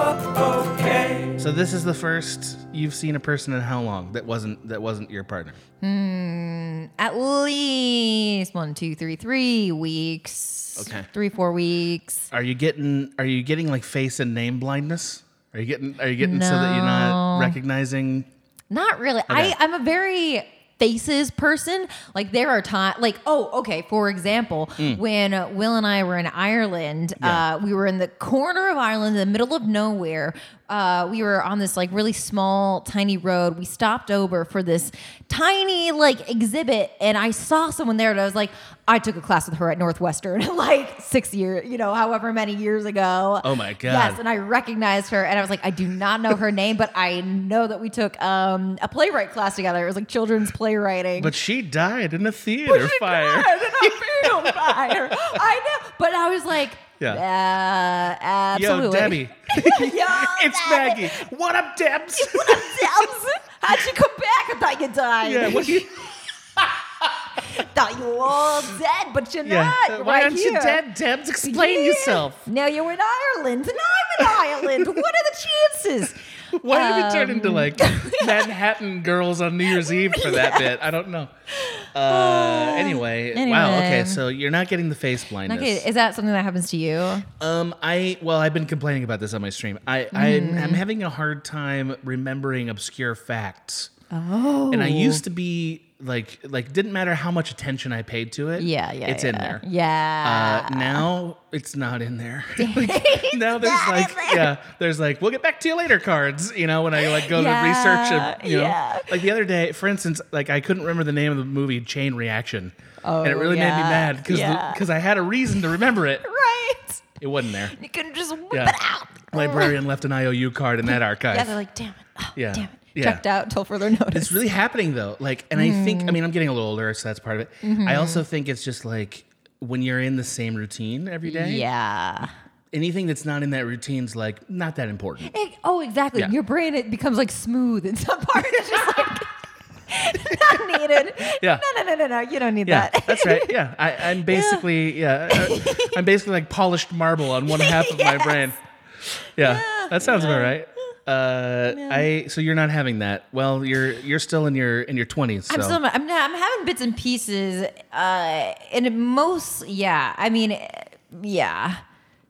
okay. So this is the first you've seen a person in how long that wasn't that wasn't your partner. At least one, two, three, three weeks. Okay. Three, four weeks. Are you getting are you getting like face and name blindness? Are you getting are you getting so that you're not No. recognizing Not really. Okay. I, I'm a very faces person. Like there are times, like, oh, okay. For example, when uh, Will and I were in Ireland, Mm. Yeah. uh, we were in the corner of Ireland, in the middle of nowhere. Uh, we were on this like really small, tiny road. We stopped over for this tiny like exhibit, and I saw someone there, and I was like, I took a class with her at Northwestern like six years, you know, however many years ago. Oh my God. Yes, and I recognized her, and I was like, I do not know her name, but I know that we took um, a playwright class together. It was like children's playwrighting. But she died in a theater fire. And then I buried on fire. I know, but I was like, Yeah. yeah, uh, absolutely, Yo, Debbie. Yo, It's Debbie. Maggie. What up, Debs? Debbs, How'd you come back? I thought you died. yeah, what you, thought you were all dead, but you're yeah. not. You're Why right aren't you here. dead, Debs? Explain Yeah. yourself. Now you're in Ireland, and I'm in Ireland. what are the chances? Why did we turn Um, into like Manhattan girls on New Year's Eve for that bit? I don't know. Uh, anyway, wow. Okay, anyway. so you're not getting the face blindness. Okay, is that something that happens to you? Um, I well, I've been complaining about this on my stream. I Mm-hmm. I'm, I'm having a hard time remembering obscure facts, Oh. and I used to be like like didn't matter how much attention I paid to it. Yeah, yeah. it's in yeah. there. Yeah. Uh, now it's not in there. Like, now there's not in like there. yeah, there's like we'll get back to you later cards. You know when I like go to research. Yeah, A, you know, yeah. like the other day, for instance, like I couldn't remember the name of the movie Chain Reaction, and it Oh, really made me yeah, mad because yeah. I had a reason to remember it. right. It wasn't there. You can just whip Yeah. it out. Librarian left an IOU card in that archive. Yeah, they're like, damn it. Oh, Yeah. Damn it. Yeah. Checked out till further notice. it's really happening though. Like, and I think, Mm-hmm. I mean, I'm getting a little older, so that's part of it. I also think it's just like when you're in the same routine every day, yeah. anything that's not in that routine's like not that important. It- oh, exactly. Yeah. Your brain it becomes like smooth in some part. It's just like not needed. Yeah. No, no, no, no, no. You don't need Yeah, that. that's right. Yeah, I, I'm basically, yeah, uh, I'm basically like polished marble on one half of my brain. Yeah, that sounds about right. Uh, I so you're not having that. Well, you're you're still in your in your 20s. So. I'm still, I'm, not, I'm having bits and pieces, uh, and it most, yeah. I mean, eh, yeah.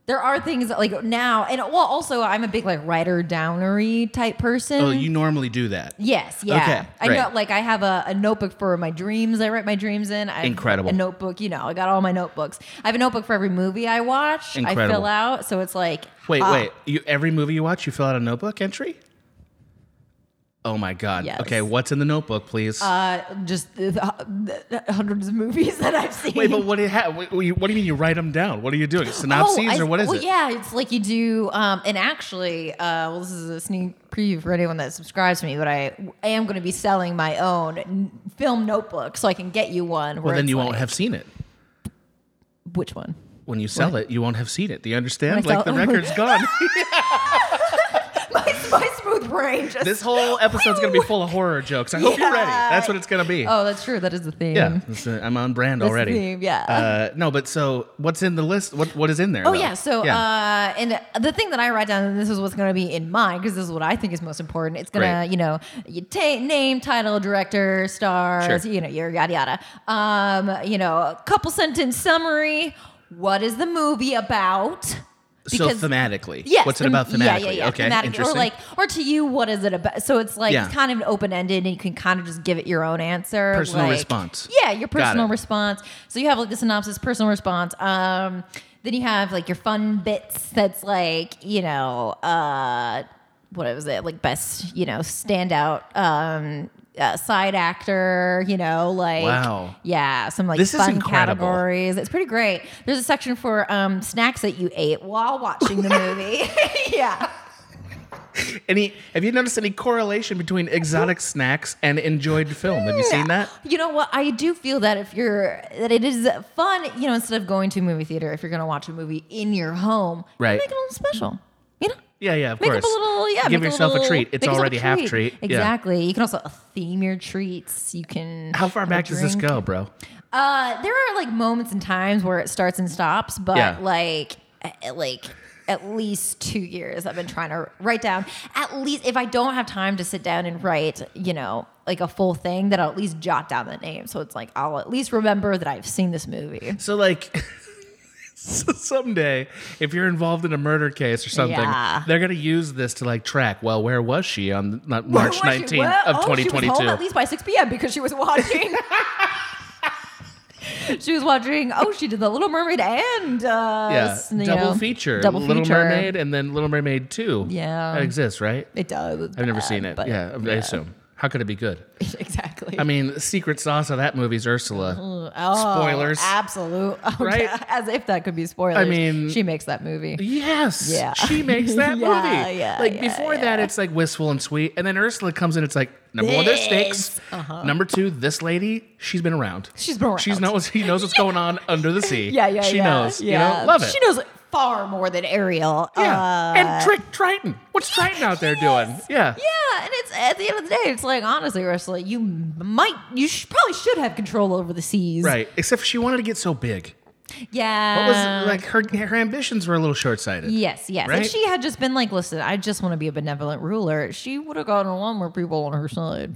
There are things that, like now, and well, also I'm a big like writer downery type person. oh, you normally do that. Yes, yeah. Okay, I great. know, like I have a, a notebook for my dreams. I write my dreams in. I have Incredible. A notebook, you know, I got all my notebooks. I have a notebook for every movie I watch. I Incredible. fill out, so it's like Wait, ah, wait. You, every movie you watch, you fill out a notebook entry? Oh my God. Yes. Okay, what's in the notebook, please? Uh, just the, the, the hundreds of movies that I've seen. wait, but what do, you ha- what, what do you what do you mean you write them down? What are you doing? Synopses Oh, I- or what is well, it? yeah, it's like you do. Um, and actually, uh, well, this is a sneak preview for anyone that subscribes to me, but I, I am going to be selling my own n- film notebook so I can get you one. where Well, then it's you won't like- have seen it. which one? When you sell it, you won't have seen it. Do you understand? When I Like the sell- record's gone. my, my smooth brain just. this whole episode's gonna be full of horror jokes. I hope you're ready. Yeah. That's what it's gonna be. oh, that's true. That is the theme. yeah, It's, uh, I'm on brand This already. theme, yeah. Uh, no, but so what's in the list? What what is in there? Oh though? yeah, so uh and the thing that I write down and this is what's going to be in mine because this is what I think is most important. It's going Great. to, you know, you ta- name, title, director, stars, Sure. you know, your yada yada. Um, you know, a couple sentence summary, what is the movie about? so thematically, Yes. what's it them- about thematically? Yeah, yeah, yeah. Okay, thematic- interesting. Or like, or to you, what is it about? So it's like Yeah. it's kind of open ended, and you can kind of just give it your own answer. Personal like- response. Yeah, your Got personal it. response. So you have like the synopsis, personal response. Um, then you have like your fun bits. That's like you know, uh, what was it? Like best you know standout. Um, uh, side actor, you know, like Wow. yeah, some like This is fun incredible. categories. It's pretty great. There's a section for um, snacks that you ate while watching the movie. yeah. Any? Have you noticed any correlation between Mm-hmm. exotic snacks and enjoyed film? Have you seen that? You know what? I do feel that if you're that it is fun, you know, instead of going to a movie theater, if you're going to watch a movie in your home, Right. make it a little special. You know. Yeah, yeah, of Make course. up a little, yeah. Give make yourself a, little- treat. It's make yourself a already half treat. Yeah. Exactly. You can also theme your treats. You can. How far have a back does this drink. go, bro? Uh, there are like moments and times where it starts and stops, but Yeah. like uh, like at least two years I've been trying to write down. At least if I don't have time to sit down and write, you know, like a full thing, then I'll at least jot down the name. So it's like I'll at least remember that I've seen this movie. So like so someday if you're involved in a murder case or something, Yeah. they're going to use this to like track, well, where was she on not March Where was she? 19th Well, of oh, She was home at 2022? least by 6 p.m. because she was watching. she was watching. Oh, she did The Little Mermaid and uh, Yeah, s- you double know, feature. Double Little feature. Mermaid and then Little Mermaid 2. Yeah. That exists, right? It does. It's I've never bad, seen it. but- yeah, I assume. How could it be good? exactly. I mean, the secret sauce of that movie's Ursula. Oh, spoilers. Absolute. Oh, Right? yeah. As if that could be spoilers. I mean- she makes that movie. Yes. Yeah. She makes that Yeah, movie. yeah, like yeah, before that, it's like wistful and sweet. And then Ursula comes in, it's like number one, there's snakes. This. Uh-huh. Number two, this lady, she's been around. She's been around. She knows she knows what's going on under the sea. Yeah, yeah, She yeah, knows. yeah. You know, love it. She knows far more than Ariel. yeah. Uh, and Trick Triton. What's Triton out there doing? Yeah. Yeah, and it's at the end of the day, it's like honestly, Ursula, you might, you sh- probably should have control over the seas. Right. Except she wanted to get so big. What Yeah. was like her her ambitions were a little short sighted. Yes, yes. Right? If she had just been like, listen, I just want to be a benevolent ruler, she would have gotten a lot more people on her side.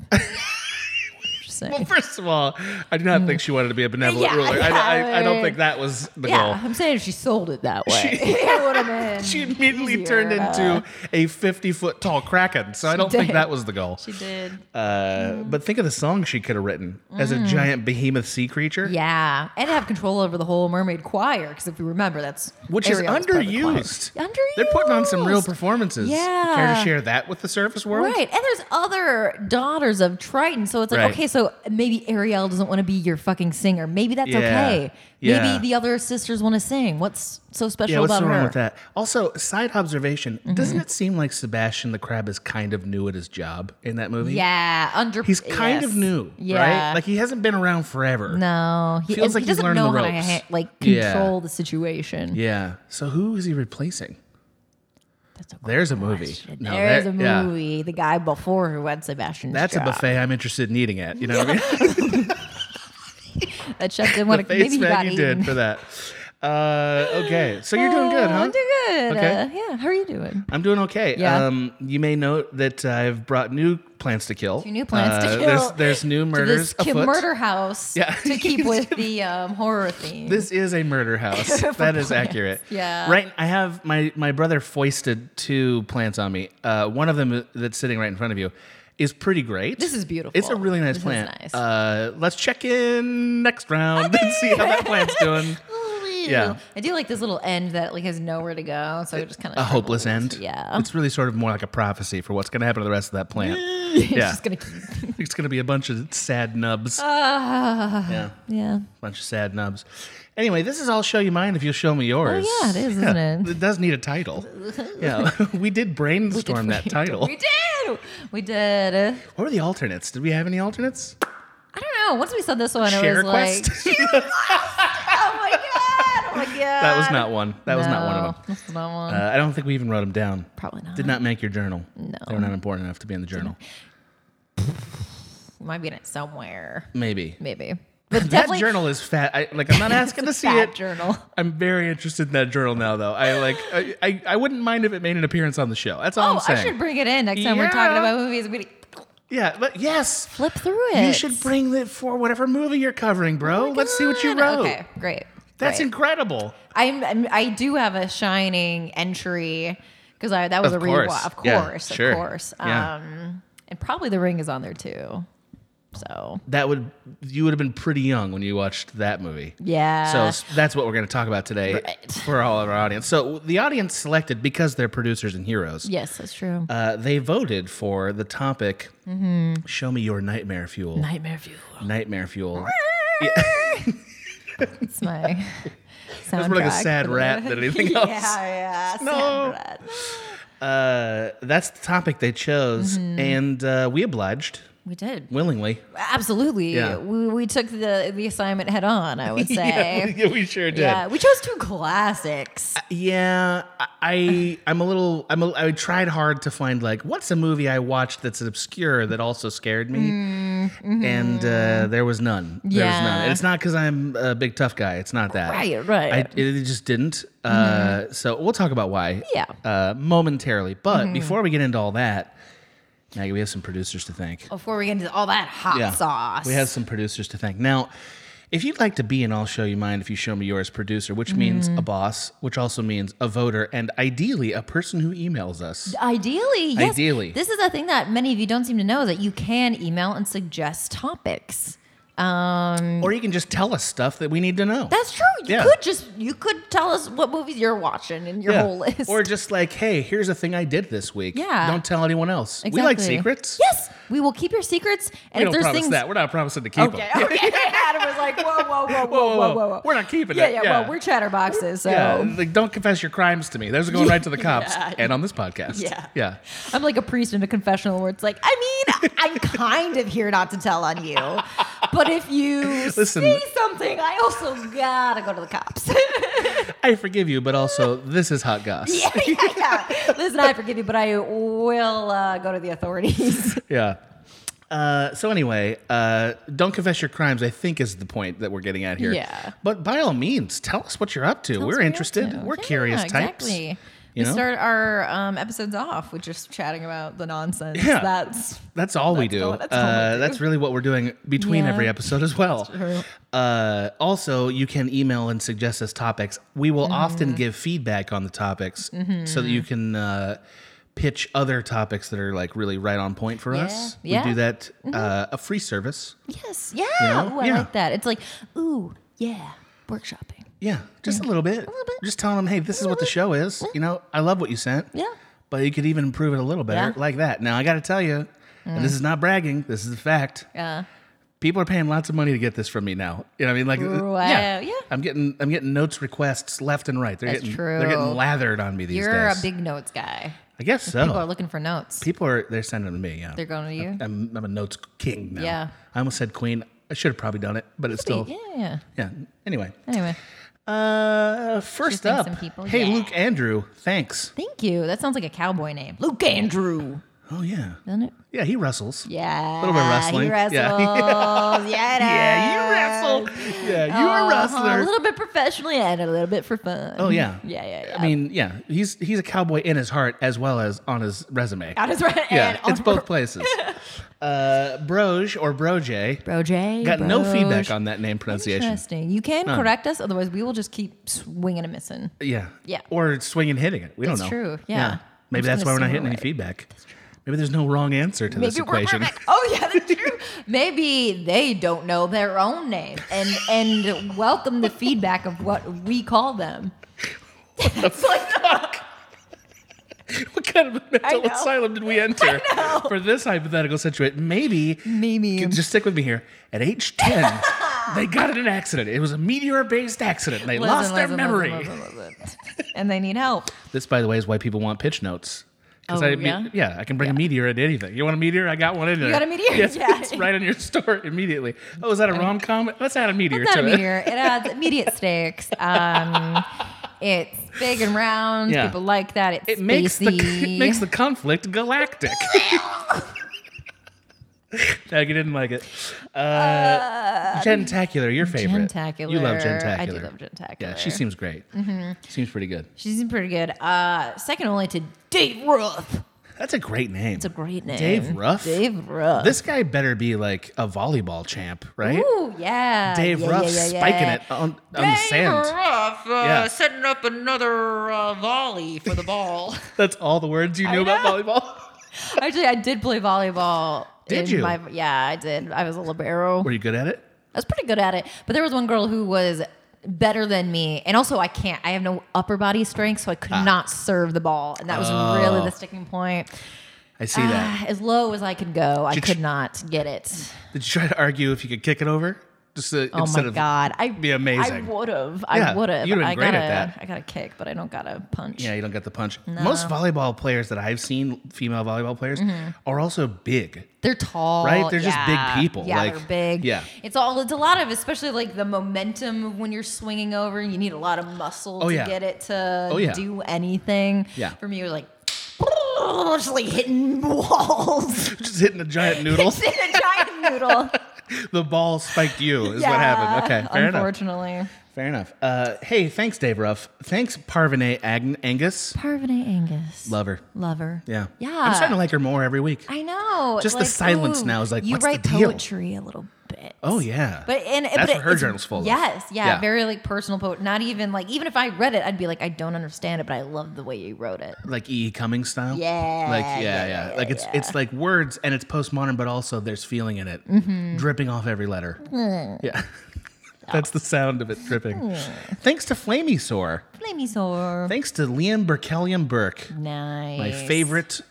Just saying. Well, first of all, I do not think she wanted to be a benevolent Mm. Yeah, ruler. I- yeah, I, I, don't right. think that was the yeah, goal. I'm saying if she sold it that way, She- it would have been. she immediately easier. uh, turned into a 50 foot tall kraken. So I don't think did. that was the goal. She Mm. did. Uh, But think of the song she could have written as a giant behemoth sea creature, Mm. Yeah, and have control over the whole mermaid choir because if you remember, that's which is Ariel's part of the choir. underused. Underused. They're putting on some real performances. Care to Yeah. share that with the surface world? Right, and there's other daughters of Triton, so it's like Right. okay, so maybe Ariel doesn't want to be your fucking singer. Maybe that's Yeah. okay. Yeah. Maybe the other sisters want to sing. What's so special Yeah, what's about so her? Mm-hmm. wrong with that? Also, side observation doesn't it seem like Sebastian the Crab is kind of new at his job in that movie? Yeah, under He's kind yes. of new, Yeah, right? Like he hasn't been around forever. no, he, Feels and like he he's doesn't learned know the how to ropes. ha- like Yeah. control the situation. Yeah. So who is he replacing? That's a There's a movie. question. No, There's that- a yeah. movie. The guy before who had Sebastian's That's job. a buffet I'm interested in eating at. You know what I mean? That chef didn't want to. Maybe Face he got bag eaten. you did for that. Uh, okay, so you're doing good, Oh, huh? I'm doing good. Okay. Uh, yeah. How are you doing? I'm doing okay. Yeah. Um, you may note that I've brought new plans to kill. Two new plans Uh, to kill. There's, there's new murders To this ki- afoot. murder house. Yeah. to keep with the um, horror theme. This is a murder house. that is accurate. Yeah. Right. I have my my brother foisted two plants on me. Uh, one of them that's sitting right in front of you is pretty great. This is beautiful. It's a really nice This is plant. nice. Uh, let's check in next round and see how that plant's doing. Yeah. I do like this little end that like has nowhere to go, so it just kind of a hopeless end. Yeah. It's really sort of more like a prophecy for what's going to happen to the rest of that plant. yeah. just gonna keep. it's going to be a bunch of sad nubs. Ah, yeah. yeah. bunch of sad nubs. Anyway, this is I'll show you mine if you'll show me yours. Oh, yeah, it is, isn't it? It does need a title. yeah. we did brainstorm that title. We did. We did. I What were the alternates? Did we have any alternates? don't know. Once we said this one, Share it was quest. like, oh my god, oh my god. that was not one. That was not one of them. That's not one. Uh, I don't think we even wrote them down. Probably not. Did not make your journal. No. They were not important enough to be in the journal. Might be in it somewhere. Maybe. Maybe. But That definitely journal is fat. I, like I'm not asking to see fat it. journal. I'm very interested in that journal now, though. I like. I, I, I wouldn't mind if it made an appearance on the show. That's all Oh, I'm saying. I should bring it in next time we're talking Yeah. about movies. We yeah, but yes, flip through it. you should bring it for whatever movie you're covering, bro. Oh my Let's see what you God. wrote. Okay, great. That's great. incredible. I'm, I'm I do have a shining entry because I that was Of a course. rewatch. Of Yeah, course, sure. of course. Um, Yeah. and probably the ring is on there too. So That would you would have been pretty young when you watched that movie. yeah. So s- that's what we're going to talk about today Uh, Right. for all of our audience. So the audience selected because they're producers and heroes. yes, that's true. Uh, they voted for the topic. Mm-hmm. Show me your nightmare fuel. Nightmare View. nightmare fuel. It's my. That's more like a soundtrack sad for the- rat than anything yeah, else. yeah. No. sad rat. Uh, that's the topic they chose, Mm-hmm. and uh, we obliged We did willingly. absolutely. Yeah. We, we took the the assignment head on. I would yeah, say. we- we sure did. yeah, Yeah, we chose two classics. I, I I'm a little I'm a, I tried hard to find like what's a movie I watched that's obscure that also scared me. and uh, there was none. There was none. Mm-hmm. Yeah. And it's not because I'm a big tough guy. It's not that. Right, right. Mm-hmm. I, it just didn't. Uh, So we'll talk about why. Yeah. Mm-hmm. Uh, momentarily, but before we get into all that, Maggie, we have some producers to thank. Before we get into all that hot sauce. We have some producers to thank. Now, if you'd like to be in I'll Show You Mine, if you show me yours producer, which means Mm-hmm. a boss, which also means a voter, and ideally a person who emails us. Ideally, yes. Ideally. This is a thing that many of you don't seem to know that you can email and suggest topics. Um, Or you can just tell us stuff that we need to know. Mm. That's true. You Yeah. could just you could tell us what movies you're watching and your Yeah. whole list. Or just like, hey, here's a thing I did this week. Yeah. Don't tell anyone else. We like Exactly. secrets. Yes, we will keep your secrets. We And if don't there's promise things that. We're not promising to keep okay, them. okay. Adam was like, whoa, whoa, Whoa, whoa, whoa, whoa, whoa, whoa. We're not keeping Yeah, it. yeah, well, we're chatterboxes, so Yeah, like don't confess your crimes to me. Those are going right to the cops Yeah. and on this podcast. Yeah. Yeah. I'm like a priest in a confessional where it's like, I mean, I'm kind of here not to tell on you, but if you Listen. say something, I also gotta go to the cops. I forgive you, but also this is hot goss. yeah, yeah, yeah. Listen, I forgive you, but I will uh, go to the authorities. Yeah. Uh, so anyway, uh, don't confess your crimes. I think is the point that we're getting at here. Yeah. But by all means, tell us what you're up to. Tell us we're what you're interested. up to. We're Yeah, curious types. Exactly. you we know? start our um, episodes off with just chatting about the nonsense. Yeah. That's That's all we That's do. all- that's all we uh, do. that's really what we're doing between Yeah. every episode as well. true. Uh, also, you can email and suggest us topics. We will Mm-hmm. often give feedback on the topics so that you can uh, pitch other topics that are like really right on point for us. Yeah. Mm-hmm. We do that uh, a free service. yes, yeah. know? Ooh, I Yeah. like that. It's like, ooh, yeah, workshopping. Yeah, just a little bit. A little bit. Just telling them, hey, this is what the show is. You know, I love what you sent. Yeah. But you could even improve it a little better, Yeah. Mm. like that. Now I got to tell you, and this is not bragging. This is a fact. Yeah. People are paying lots of money to get this from me now. You know what I mean? Like, uh, Wow, Oh, yeah. I'm getting I'm getting notes requests left and right. They're That's getting true. they're getting lathered on me these You're days. a big notes guy. I guess so. People are looking for notes. they're sending them to me. Yeah, They're going to you. I'm, I'm a notes king now. Yeah. I almost said queen. I should have probably done it, but it's still Yeah, yeah. yeah. Anyway. Anyway, Uh, first thank up, some people? hey Yeah. Luke Andrew, thanks. thank you. That sounds like a cowboy name, Luke Andrew. Oh yeah, Doesn't it? yeah, he wrestles. Yeah. Little bit of wrestling. He Yeah. wrestles. Yeah. it Yeah, you is. wrestle. Yeah, you're a Uh-huh, wrestler. A little bit professionally and a little bit for fun. oh yeah. Yeah, yeah, yeah. I mean, yeah, he's he's a cowboy in his heart as well as on his resume. Out his right. yeah, and on it's both places. uh, Broge or Broje. Bro J. Got no Bro feedback J. on that name pronunciation. Interesting. You can correct us, otherwise we will just keep swinging and missing. Yeah. Yeah. Or swinging hitting it. We That's don't know. true. Yeah. I'm Maybe just that's gonna why we're not assume hitting we're any right. feedback. Maybe there's no wrong answer to this Maybe we're equation. perfect. Oh yeah, that's true. Maybe they don't know their own name and and welcome the feedback of what we call them. It's like what kind of a mental know. asylum did we enter for this hypothetical situation? Maybe, maybe just stick with me here. At age 10, they got in an accident. It was a meteor based accident. They Listen, lost their listen, memory. listen, listen, listen. and they need help. This, by the way, is why people want pitch notes. 'Cause Oh, I mean- yeah? I can bring a meteor into anything. You want a meteor? I got one in there. got a meteor? Yes, Yeah. It's right on your store immediately. Oh, is that a rom com? Let's add a meteor It's not to a it. meteor. It adds immediate stakes. Um, it's big and round. Yeah. People like that. It It's makes the spacey. it makes the conflict galactic. no, you didn't like it. Uh, Gentacular, your favorite. Uh, Gentacular. You love Gentacular. I do love Gentacular. Mm-hmm. Yeah, she seems great. Seems pretty good. She's been pretty good. Uh, second only to Dave Ruff. That's a great name. It's a great name. Dave Ruff? Dave Ruff. this guy better be like a volleyball champ, right? Ooh, yeah. Dave yeah, Ruff yeah, yeah, spiking yeah. it on, on the sand. Ruff, uh, Yeah. setting up another uh, volley for the ball. That's all the words you knew about know. volleyball. Actually, I did play volleyball. Did in you? My, yeah, I did. I was a libero. Were you good at it? I was pretty good at it, but there was one girl who was better than me, and also I can't. I have no upper body strength, so I could Ah. not serve the ball, and that was really the sticking point. I Oh. see that. Ah, as low as I could go, I Did could you- not get it. Did you try to argue if you could kick it over? Just uh, Oh instead my of god, I be amazing. I would have. Yeah, I would have. you'd have been I great at gotta. that. I gotta kick, but I don't gotta punch. Yeah, you don't get the punch. Most volleyball players that I've seen, female volleyball players, Mm-hmm. are also big. They're tall, Right? They're just big yeah. people, Yeah, like- they're big. yeah. it's all. It's a lot of, especially like the momentum of when you're swinging over. You need a lot of muscle Oh, to yeah. get it to Oh, yeah. do anything. Yeah. for me, it was like just like hitting walls. Just hitting a giant noodle. Just hitting a giant noodle. the ball spiked you is what happened. Okay, fair enough. unfortunately. Fair enough. Uh, hey, thanks, Dave Ruff. Thanks, Parvene Ag- Angus. Parvene Angus. Love her. Lover. Yeah. Yeah. I'm starting to like her more every week. I know. It's Just the silence now is like, you what's the write deal? poetry a little bit. oh yeah. But and that's but what her it's- journal's full of. Yes, yeah, Yeah. very like personal poet. Not even like even if I read it, I'd be like, I don't understand it, but I love the way you wrote it. like E. E. Cummings style. Yeah, Like yeah, yeah. yeah, yeah, like it's it's like words and it's postmodern, but also there's feeling in it, Mm-hmm. dripping off every letter. Mm. Yeah. That's the sound of it dripping. Thanks to Flamey Sore. Flamey sore. Thanks to Liam Berkelium Burke, Nice. my favorite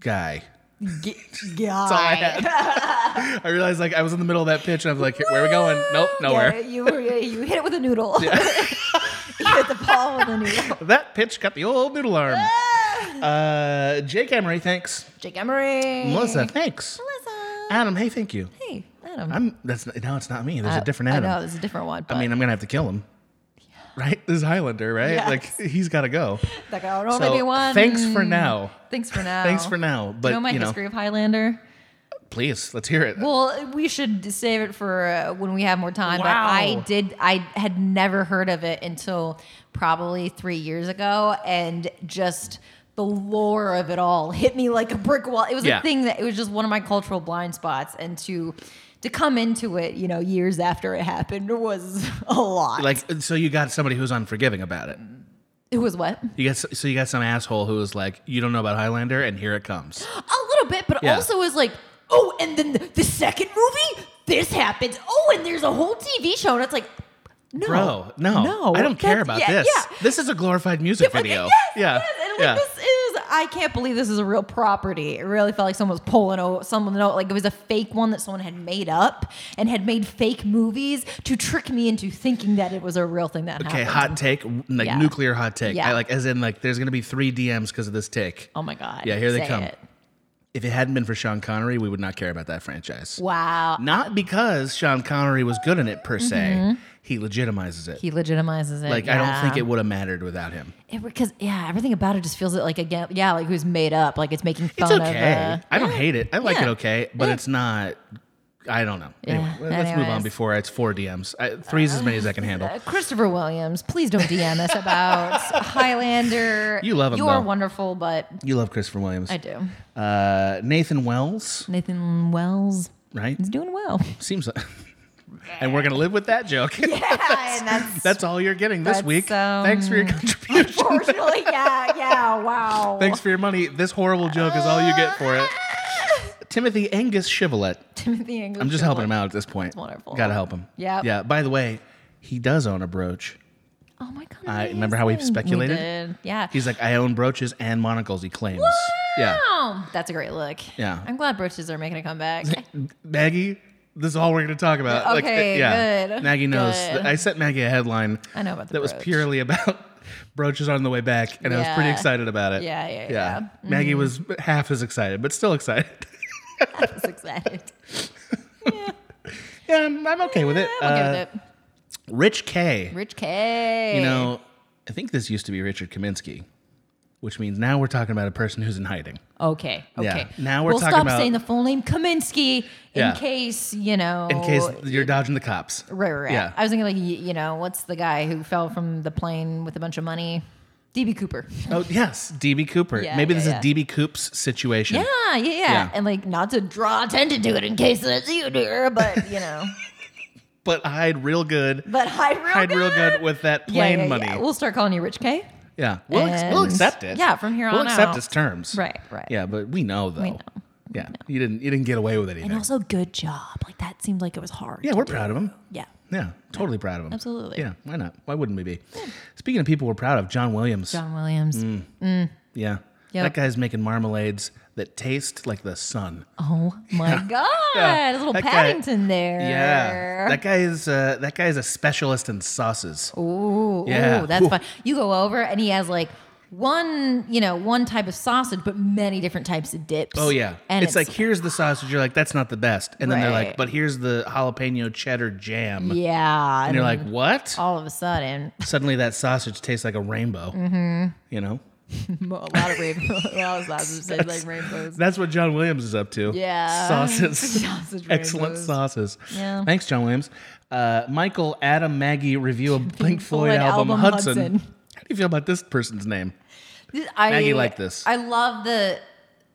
guy. G- I guy. had. I realized like I was in the middle of that pitch and I was like, where are we going? Nope, nowhere. Yeah, you, you hit it with a noodle. you hit the ball with a noodle. That pitch got the old noodle arm. uh, Jake Emery, thanks. Jake Emery. Melissa, thanks. Melissa. Adam, hey, thank you. Hey, Adam. I'm that's n- no, it's not me. There's Uh, a different Adam. I know, I, there's a different one. But mean, I'm gonna have to kill him, right? This is Highlander, right? Yes. Like he's got to go. like, I don't know, So, maybe one. Thanks for now. Thanks for now. Thanks for now. But you know my you know, history of Highlander? please let's hear it. Well, we should save it for uh, when we have more time. But Wow. I did. I had never heard of it until probably three years ago, and just the lore of it all hit me like a brick wall. It was Yeah. a thing that it was just one of my cultural blind spots, and to to come into it, you know, years after it happened was a lot. like so, you got somebody who's unforgiving about it. it was what You got s- so you got some asshole who was like, you don't know about Highlander, and here it comes. a little bit, but Yeah. also was like, oh, and then the, the second movie, this happens. Oh, and there's a whole TV show, and it's like. No. Bro, no, no, I don't care that's- about yeah, this. yeah. This is a glorified music video. Yes, yeah, yes. And like, yeah. this is I can't believe this is a real property. It really felt like someone was pulling o someone out like it was a fake one that someone had made up and had made fake movies to trick me into thinking that it was a real thing that Okay, happened. hot take, w- like Yeah. nuclear hot take. Yeah. I like, as in, like, there's gonna be three DMs because of this take. Oh my god. Yeah, here they Say come. it. If it hadn't been for Sean Connery, we would not care about that franchise. Wow. Not because Sean Connery was good in it per se. He legitimizes it. Mm-hmm. He legitimizes it. like I don't think it would have mattered without him. it because yeah, everything about it just feels like again yeah, like who's made up, like it's making fun It's of okay. uh, I don't hate it. I like it Yeah. okay, but Yeah. it's not. I don't know. Anyway, Yeah. let's move on Anyways. before it's four DMs. I, three's as many as I can handle. Uh, Christopher Williams, please don't DM us about Highlander. You love him, You're though. wonderful, but You love Christopher Williams. I do. Uh, Nathan Wells, Nathan Wells right? is doing well. Seems like. and we're gonna live with that joke. and that's That's all you're getting this That's, week. um, Thanks for your contribution. unfortunately, yeah, yeah, wow. Thanks for your money. This horrible joke is all you get for it. Timothy Angus Shibboleth. Timothy English. I'm just helping him out at this point. wonderful. Gotta help him. Yep. Yeah. By the way, he does own a brooch. Oh my god! I- remember how we amazing. speculated? did, Yeah. He's like, I own brooches and monocles. He claims. Yeah. Wow. Oh, That's a great look. Yeah. I'm glad brooches are making a comeback. Maggie, this is all we're gonna talk about. Like, Okay, yeah. good. Maggie knows. Good. I sent Maggie a headline. I know about the that was brooch. purely about brooches on the way back, and I was pretty Yeah. excited about it. Yeah, yeah, yeah. Mm. Maggie was half as excited, but still excited. I was excited. yeah, I'm, I'm okay with it. I'm okay Uh, with it. Rich K. Rich K. You know, I think this used to be Richard Kaminsky, which means now we're talking about a person who's in hiding. Okay. Yeah. Okay. Now we're We'll talking stop about- saying the full name Kaminsky in Yeah. case you know. In case you're dodging the cops. Right, right, right. Yeah. I was thinking like y- you know what's the guy who fell from the plane with a bunch of money? DB Cooper. Oh yes, DB Cooper. Yeah, Maybe yeah, this yeah. is DB Coop's situation. Yeah, yeah, yeah, Yeah. And like not to draw attention to it in case that's you, dear, but you know. But hide real good. But hide real Hide good. real good with that Yeah, plane yeah, money. yeah. We'll start calling you Rich K. Yeah, we'll, ex- we'll And- accept it. yeah, from here we'll on accept out. his terms. Right, right. Yeah, but we know though. We know. Yeah, you didn't. You didn't get away with anything. And also good job. Like that seemed like it was hard. yeah, to we're do. proud of him. Yeah. Yeah, totally proud of him. Absolutely. Yeah, why not? Why wouldn't we be? Speaking of people we're proud of, John Williams. John Williams. Yeah, Yep. that guy's making marmalades that taste like the sun. Oh my god. Yeah. There's a little That guy- Paddington there. Yeah, that guy is. Uh, that guy is a specialist in sauces. Ooh, Yeah. ooh, that's Ooh. fun. You go over and he has like one, you know, one type of sausage, but many different types of dips. Oh yeah, and it's, like here's the sausage. You're like, that's not the best, and then they're like, Right. but here's the jalapeno cheddar jam, yeah, and you're like, what? all of a sudden, Mm-hmm. suddenly that sausage tastes like a rainbow. You know? a lot of rainbows. a lot of sausages taste like rainbows. That's what John Williams is up to. Yeah. Sauces. Sausage Excellent rainbows. sauces. Yeah. Thanks, John Williams. Uh, Michael, Adam, Maggie review a Pink Floyd, Floyd album, album, Hudson. Hudson. How do you feel about this person's name? This- I, Maggie liked this. I love the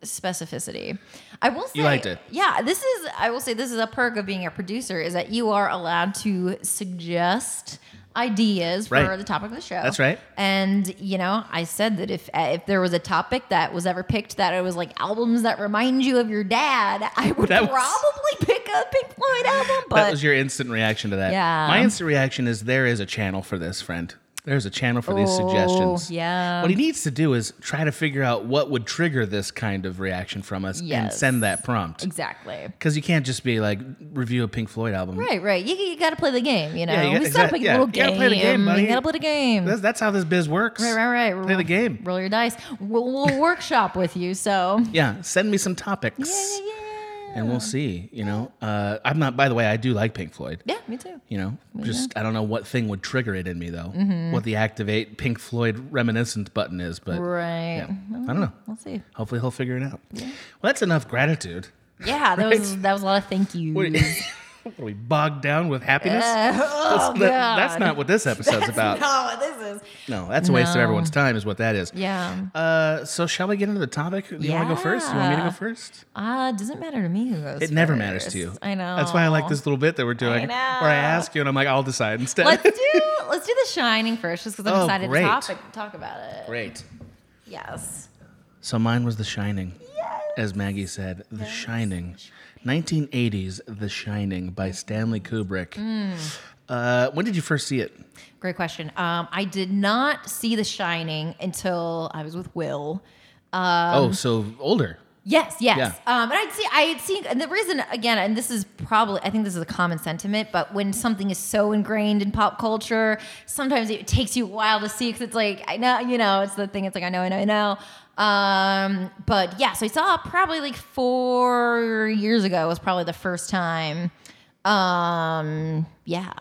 specificity. I will say, You liked it. Yeah, this is. I will say, this is a perk of being a producer is that you are allowed to suggest ideas for Right. the topic of the show. That's right. And you know, I said that if if there was a topic that was ever picked that it was like albums that remind you of your dad, I would That probably was- pick a Pink Floyd album. But that was your instant reaction to that. Yeah. My instant reaction is there is a channel for this, friend. There's a channel for these Oh, suggestions. yeah. What he needs to do is try to figure out what would trigger this kind of reaction from us and Yes. send that prompt. exactly. Because you can't just be like review a Pink Floyd album. Right, right. You, you got to play the game, you know. Yeah, you got- we got to exact- play yeah, a little you game. gotta play the game, buddy. You got to play the game. That's, that's how this biz works. Right, right, right. Play the Roll- game. Roll your dice. We'll, we'll workshop with you. So Yeah. Send me some topics. yeah, And we'll see. You know, uh, I'm not. By the way, I do like Pink Floyd. yeah, me too. You know, just I don't know what thing would trigger it in me though. Mm-hmm. What the activate Pink Floyd reminiscence button is, but Right. yeah, I don't know. We'll see. Hopefully, he'll figure it out. Well, that's enough gratitude. Yeah, that was that was a lot of thank yous. What Are we bogged down with happiness? Uh, oh, That's- that- that's God. not what this episode's about. No, this is. no, that's a waste of No. everyone's time, is what that is. Yeah. Uh, so shall we get into the topic? Do you want to go first? You want me to Yeah. go first? Ah, it doesn't matter to me who goes. It never matters to you. I know. That's why I like this little bit that we're doing, know. where I ask you and I'm like, I'll decide instead. Let's do let's do the shining first, just because I'm Oh, excited great. to topic, talk about it. Great. Yes. So mine was The Shining. As Maggie said, The Shining. 1980s The Shining by Stanley Kubrick. Mm. Uh, when did you first see it? Great question. Um, I did not see The Shining until I was with Will. oh, so older. Yes, yes. Yeah. Um, and I'd see, I had seen, and the reason again, and this is probably, I think this is a common sentiment, but when something is so ingrained in pop culture, sometimes it takes you a while to see because it's like I know, you know, it's the thing. It's like I know, I know, I know. Um, but yeah, so I saw it probably like four years ago was probably the first time. Um, yeah,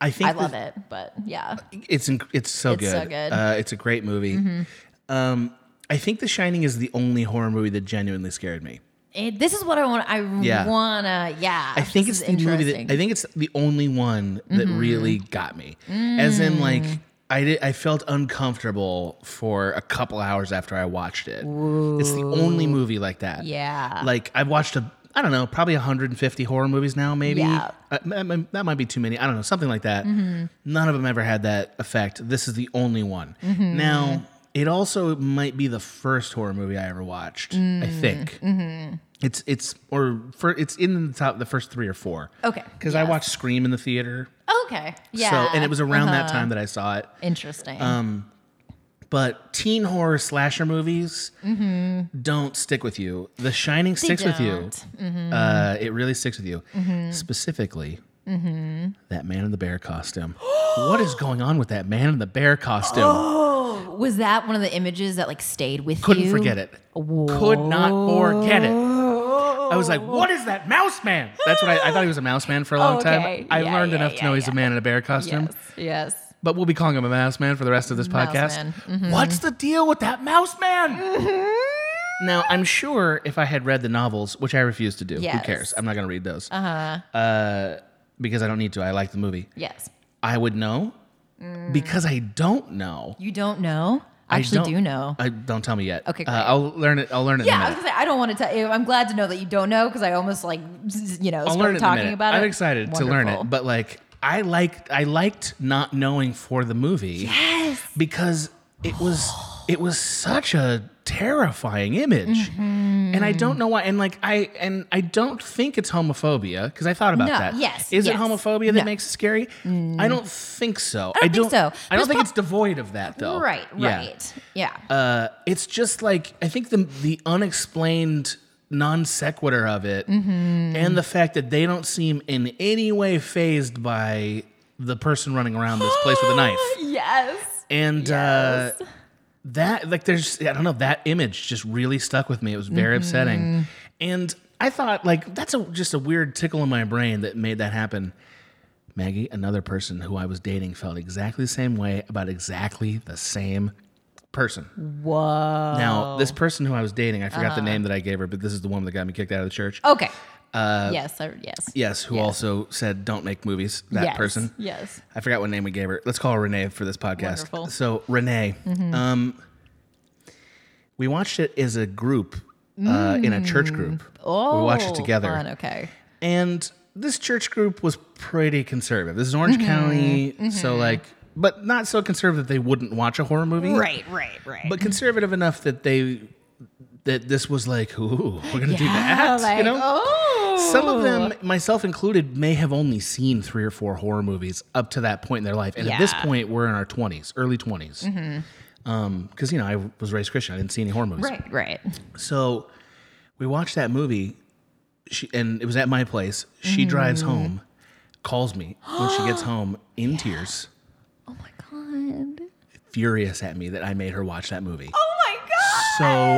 I think I love that- it, but yeah, It's inc- it's so It's good. so good. Uh, Mm-hmm. it's a great movie. Um, I think The Shining is the only horror movie that genuinely scared me. it, this is what I want. I Yeah. wanna, yeah. I think Ah, this it's the is movie interesting. Mm-hmm. that I think it's the only one that really got me. As in, like I did, I felt uncomfortable for a couple hours after I watched it. It's the only movie like that. Yeah. like I've watched a. I don't know, probably 150 horror movies now, maybe. Yeah. Mm-hmm. Uh, m- m- that might be too many. I don't know, something like that. None of them ever had that effect. This is the only one. Mm-hmm. Now, it also might be the first horror movie I ever watched, I Mm-hmm. think. It's it's or for it's in the top the first three or four. Okay, Because I Oh, yes. watched Scream in the theater. okay, yeah. Uh-huh. Yeah. So and it was um, around that time that I saw it. Interesting. But teen horror slasher movies don't stick with you. The Shining sticks with you. Mm-hmm. don't. Mm-hmm. Uh, it really sticks with you. Specifically, Mm-hmm. that man in the bear costume. what is going on with that man in the bear costume? Was that one of the images that like stayed with Couldn't you? forget it. Could not forget it. I was like, what is that mouse man? That's what I, I thought he was a mouse man for a long Oh, okay. time. I Yeah, learned yeah, enough to yeah, know he's a man in a bear costume, Yes. Yes. but we'll be calling him a mouse man for the rest of this Mouse podcast. Mm-hmm. man. What's the deal with that mouse man? Mm-hmm. Now, I'm sure if I had read the novels, which I refuse to do, Yes. who cares? I'm not going to read those. Uh-huh. because I don't need to. I like the movie. Yes. I would know because I don't know. You don't know? I I Mm. actually don't- do know. I don't tell me yet. Okay, Uh, great. I'll learn it. I'll learn it. in a yeah, I was minute. gonna say I don't want to tell you. I'm glad to know that you don't know because I almost like z- you know I'll started learn it. in a talking minute. about it. I'm excited to learn it, Wonderful. but like I liked I liked not knowing for the movie yes, because it was it was such a terrifying image. And I don't know why. And like I and I don't think it's homophobia because I thought about No, that. yes, is it yes. homophobia that No. Mm. makes it scary? I don't think so. I don't think so. I don't There's think prob- it's devoid of that though. right, Yeah right, yeah. uh, it's just like I think the the unexplained non sequitur of it, Mm-hmm. and the fact that they don't seem in any way phased by the person running around this place with a knife, yes, and uh, that like there's I don't know that image just really stuck with me. It was very Mm-hmm. upsetting, and I thought like that's a just a weird tickle in my brain that made that happen. Maggie, another person who I was dating, felt exactly the same way about exactly the same person. Whoa. Uh-huh. Now, this person who I was dating, I forgot the name that I gave her, but this is the woman that got me kicked out of the church. Okay. uh, yes. I, Oh. yes. Yes, who also said, "Don't make movies." That yes, person. Yes. I forgot what name we gave her. Let's call her Renee for this podcast. Wonderful. Mm-hmm. So Renee, um, we watched it as a group uh, in a church group. Oh. we watched it together, fun, okay. and this church group was pretty conservative. This is Orange Mm-hmm. County, so like, but not so conservative that they wouldn't watch a horror movie, Right, right, right. But conservative enough that they that this was like, ooh, we're gonna do Yeah, that, you like, know? oh. Some of them, myself included, may have only seen three or four horror movies up to that point in their life. And at this Yeah. Mm-hmm. point, we're in our 20s, early 20s. Because, you know, I was raised Christian. I didn't see any horror movies. Right. Right. So we watched that movie, she, and it was at my place. Mm-hmm. She drives home, calls me when she gets home in tears, Oh my god. furious at me that I made her watch that movie. Oh my god.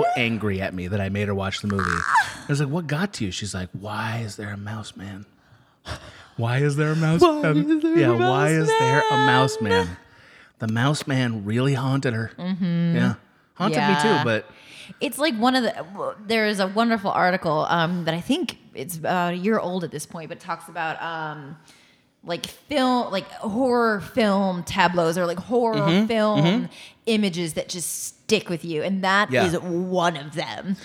So angry at me that I made her watch the movie. I was like, "What got to you?" She's like, "Why is there a mouse man? Why is there a mouse man? yeah, why is there a mouse man? The mouse man really haunted her. Mm-hmm. Yeah, haunted me Yeah. too. But It's like one of the. There is a wonderful article um, that I think it's about a year old at this point, but it talks about um, like film, like horror film tableaus or like horror film images that just stick with you, and that is Yeah. one of them.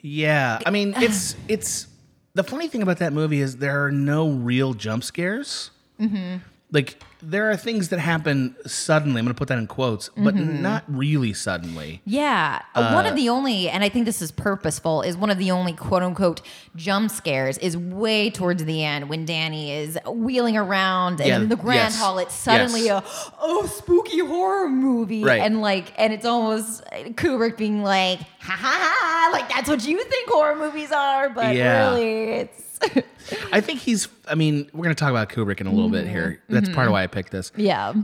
yeah, I mean, it's it's the funny thing about that movie is there are no real jump scares. Mm-hmm. Like there are things that happen suddenly. I'm going to put that in quotes, but not really suddenly. Yeah, uh, one Uh, of the only, and I think this is purposeful, is one of the only quote unquote jump scares is way towards the end when Danny is wheeling around and Yeah, in the grand yes, hall. It's suddenly yes. a oh spooky horror movie, Right. and like, and it's almost Kubrick being like, ha ha ha, like that's what you think horror movies are, but Yeah. really it's I think he's. I mean, we're going to talk about Kubrick in a little bit here. That's part of why I picked this. yeah,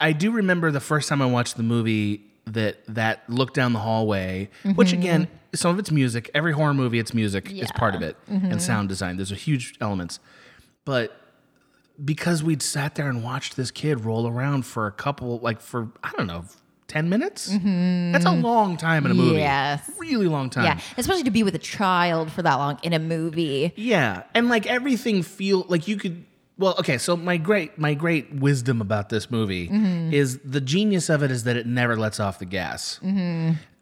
I do remember the first time I watched the movie that that look down the hallway, which again, some of it's music. Every horror movie, it's music is part of it, and sound design. Those are huge elements, but because we'd sat there and watched this kid roll around for a couple, like for I don't know, ten minutes. That's a long time in a movie. Yes. really long time. yeah, especially to be with a child for that long in a movie. Yeah, and like everything feel like you could. Well, okay. So my great my great wisdom about this movie is the genius of it is that it never lets off the gas.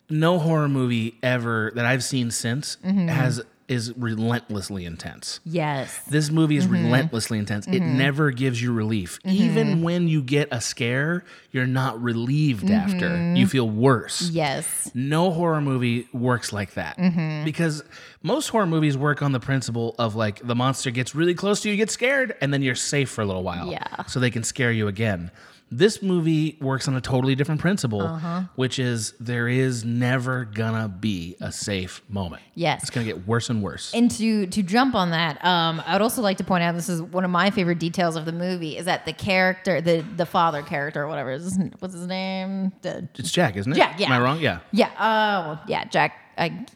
No horror movie ever that I've seen since has is relentlessly intense. Yes, This movie is relentlessly intense. It never gives you relief. Even when you get a scare, you're not relieved after. You feel worse. yes, No horror movie works like that Mm-hmm. because most horror movies work on the principle of like the monster gets really close to you, you get scared, and then you're safe for a little while. Yeah. So they can scare you again. This movie works on a totally different principle, Uh-huh. which is there is never gonna be a safe moment. Yes. It's gonna get worse and worse. And to to jump on that, um, I would also like to point out this is one of my favorite details of the movie is that the character, the the father character, or whatever, is, what's his name? The- it's Jack, isn't it? Jack, yeah. Am I wrong? Yeah. yeah, uh, well, yeah, Jack. I,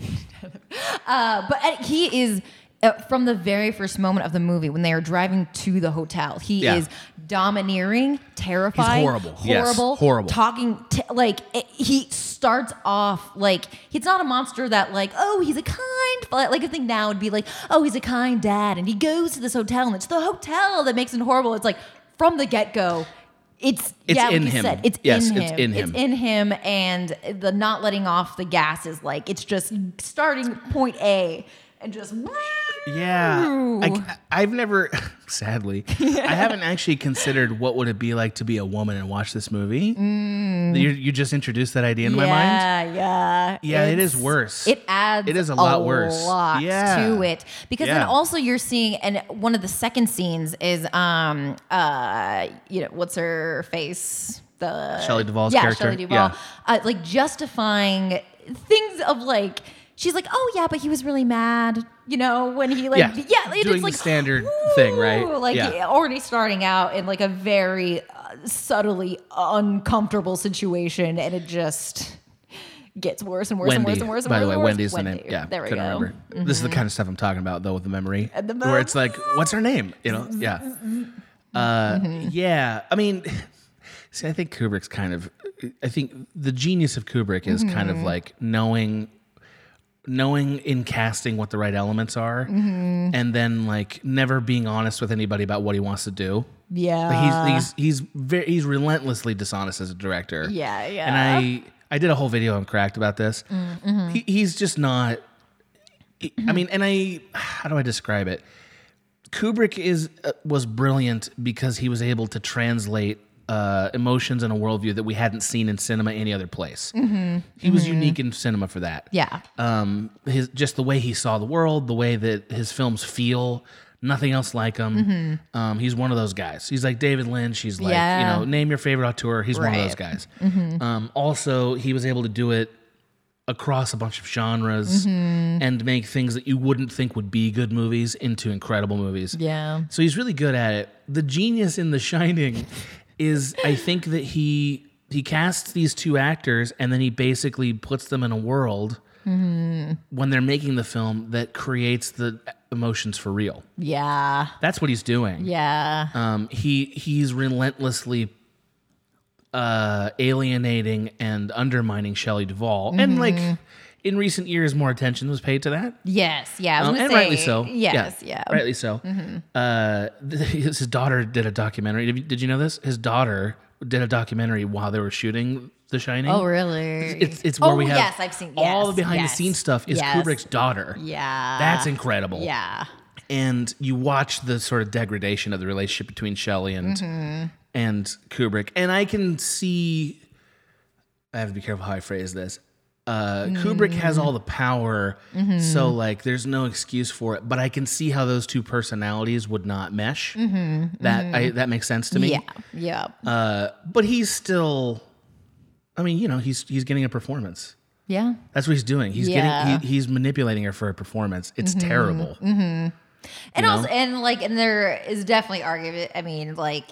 uh, but uh, he is. Uh, from the very first moment of the movie, when they are driving to the hotel, he Yeah. is domineering, terrifying, horrible. Yes, horrible, horrible. talking t- like it, he starts off like he's not a monster that like oh he's a kind but like I think now would be like oh he's a kind dad and he goes to this hotel and it's the hotel that makes him horrible. It's like from the get go. It's, It's yeah, like in you him. said, it's Yes, in him. it's in him. It's in him, and the not letting off the gas is like it's just starting point A and just Yeah. Ooh. I, I've never, sadly, I haven't actually considered what would it be like to be a woman and watch this movie. You, you just introduced that idea in my mind. Yeah, yeah. Yeah, it is It's- worse. It adds It is a lot worse. lot Yeah. to it. Because then Yeah. also you're seeing and one of the second scenes is um uh you know, what's her face? The Shelley Duvall's yeah, character. Shelley Duvall. Yeah. Uh, like justifying things of like She's like, oh yeah, but he was really mad, you know, when he like, Yeah. yeah, and Doing it's the like standard thing, right? "Ooh," Like Yeah. already starting out in like a very uh, subtly uncomfortable situation, and it just gets worse and worse and Wendy, worse and worse. And by worse the way, and worse. Wendy's the name. Yeah, there we couldn't go. remember. This is the kind of stuff I'm talking about, though, with the memory, And the Mm-hmm. where it's like, what's her name? You know? Yeah. Uh, Yeah. I mean, see, I think Kubrick's kind of I think the genius of Kubrick is kind Mm-hmm. of like knowing knowing in casting what the right elements are Mm-hmm. and then like never being honest with anybody about what he wants to do. Yeah. Like he's he's he's very he's relentlessly dishonest as a director. Yeah, yeah. Mm, mm-hmm. And I I did a whole video on Cracked about this. He, he's just not. I mean, and I how do I describe it? Kubrick is uh, was brilliant because he was able to translate uh, emotions and a worldview that we hadn't seen in cinema any other place. He was unique in cinema for that Mm-hmm. yeah. um, his just the way he saw the world, the way that his films feel. Nothing else like him. Um, he's one of those guys. He's like David Lynch. He's like Mm-hmm. Yeah. you know, name your favorite auteur. He's one of those Right. Mm-hmm. guys. Um, also, he was able to do it across a bunch of genres Mm-hmm. and make things that you wouldn't think would be good movies into incredible movies. Yeah. So he's really good at it. The genius in The Shining is I think that he he casts these two actors and then he basically puts them in a world when they're making the film that creates the emotions for real. Yeah. That's what he's doing. Yeah. Um, he he's relentlessly uh, alienating and undermining Shelley Duvall, and like in recent years, more attention was paid to that. Yes. Yeah. I was Um, gonna and say, rightly so. Yes. Yeah. Mm-hmm. Rightly so. Uh, th- his daughter did a documentary. Did you, did you know this? His daughter did a documentary while they were shooting The Shining. Oh, really? It's it's where oh, we have yes, I've seen all the yes, behind yes, the scenes stuff is yes. Kubrick's daughter. Yeah. That's incredible. Yeah. And you watch the sort of degradation of the relationship between Shelley and Mm-hmm. and Kubrick. And I can see I have to be careful how I phrase this. Uh, Kubrick has Mm. all the power, Mm-hmm. so like there's no excuse for it. But I can see how those two personalities would not mesh. That I, that makes sense to me. Mm-hmm. Yeah. Yeah. Uh, but he's still, I mean, you know, he's he's getting a performance. yeah. That's what he's doing. He's Yeah. Mm-hmm. getting he, he's manipulating her for a performance. It's terrible. And you also, know? and like, and there is definitely argument. I mean, like,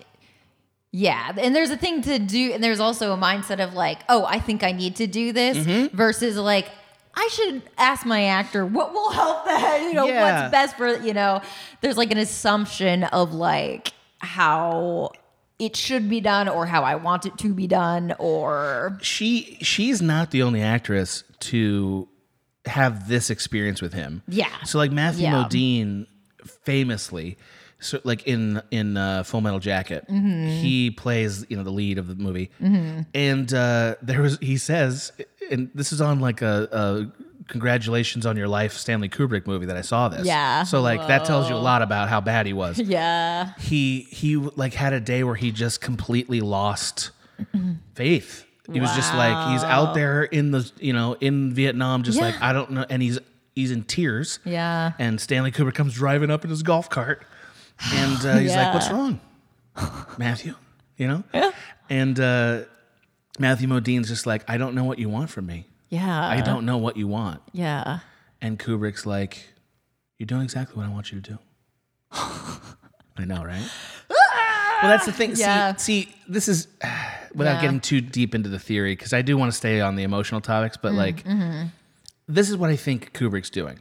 yeah. And there's a thing to do, and there's also a mindset of like, oh, I think I need to do this Mm-hmm. versus like, I should ask my actor what will help that, you know, Yeah. what's best for, you know, there's like an assumption of like how it should be done or how I want it to be done or, She she's not the only actress to have this experience with him. yeah. So like Matthew Yeah. Modine, famously, so like in in uh, Full Metal Jacket, Mm-hmm. he plays you know the lead of the movie, and uh, there was he says, and this is on like a. a Congratulations on your life, Stanley Kubrick movie that I saw this. Yeah. So like that tells you a lot about how bad he was. Yeah. He he like had a day where he just completely lost Mm-hmm. faith. He was just like he's out there in the you know in Vietnam, just Yeah. like I don't know, and he's he's in tears. Yeah. And Stanley Kubrick comes driving up in his golf cart, and uh, he's like, "What's Yeah. wrong, Matthew?" You know. Yeah. And uh, Matthew Modine's just like, "I don't know what you want from me. Yeah. I don't know what you want." Yeah. And Kubrick's like, "You're doing exactly what I want you to do." I know, right? well, that's the thing. Yeah. See, see, this is without Yeah. getting too deep into the theory because I do want to stay on the emotional topics, Mm, but like, mm-hmm. this is what I think Kubrick's doing.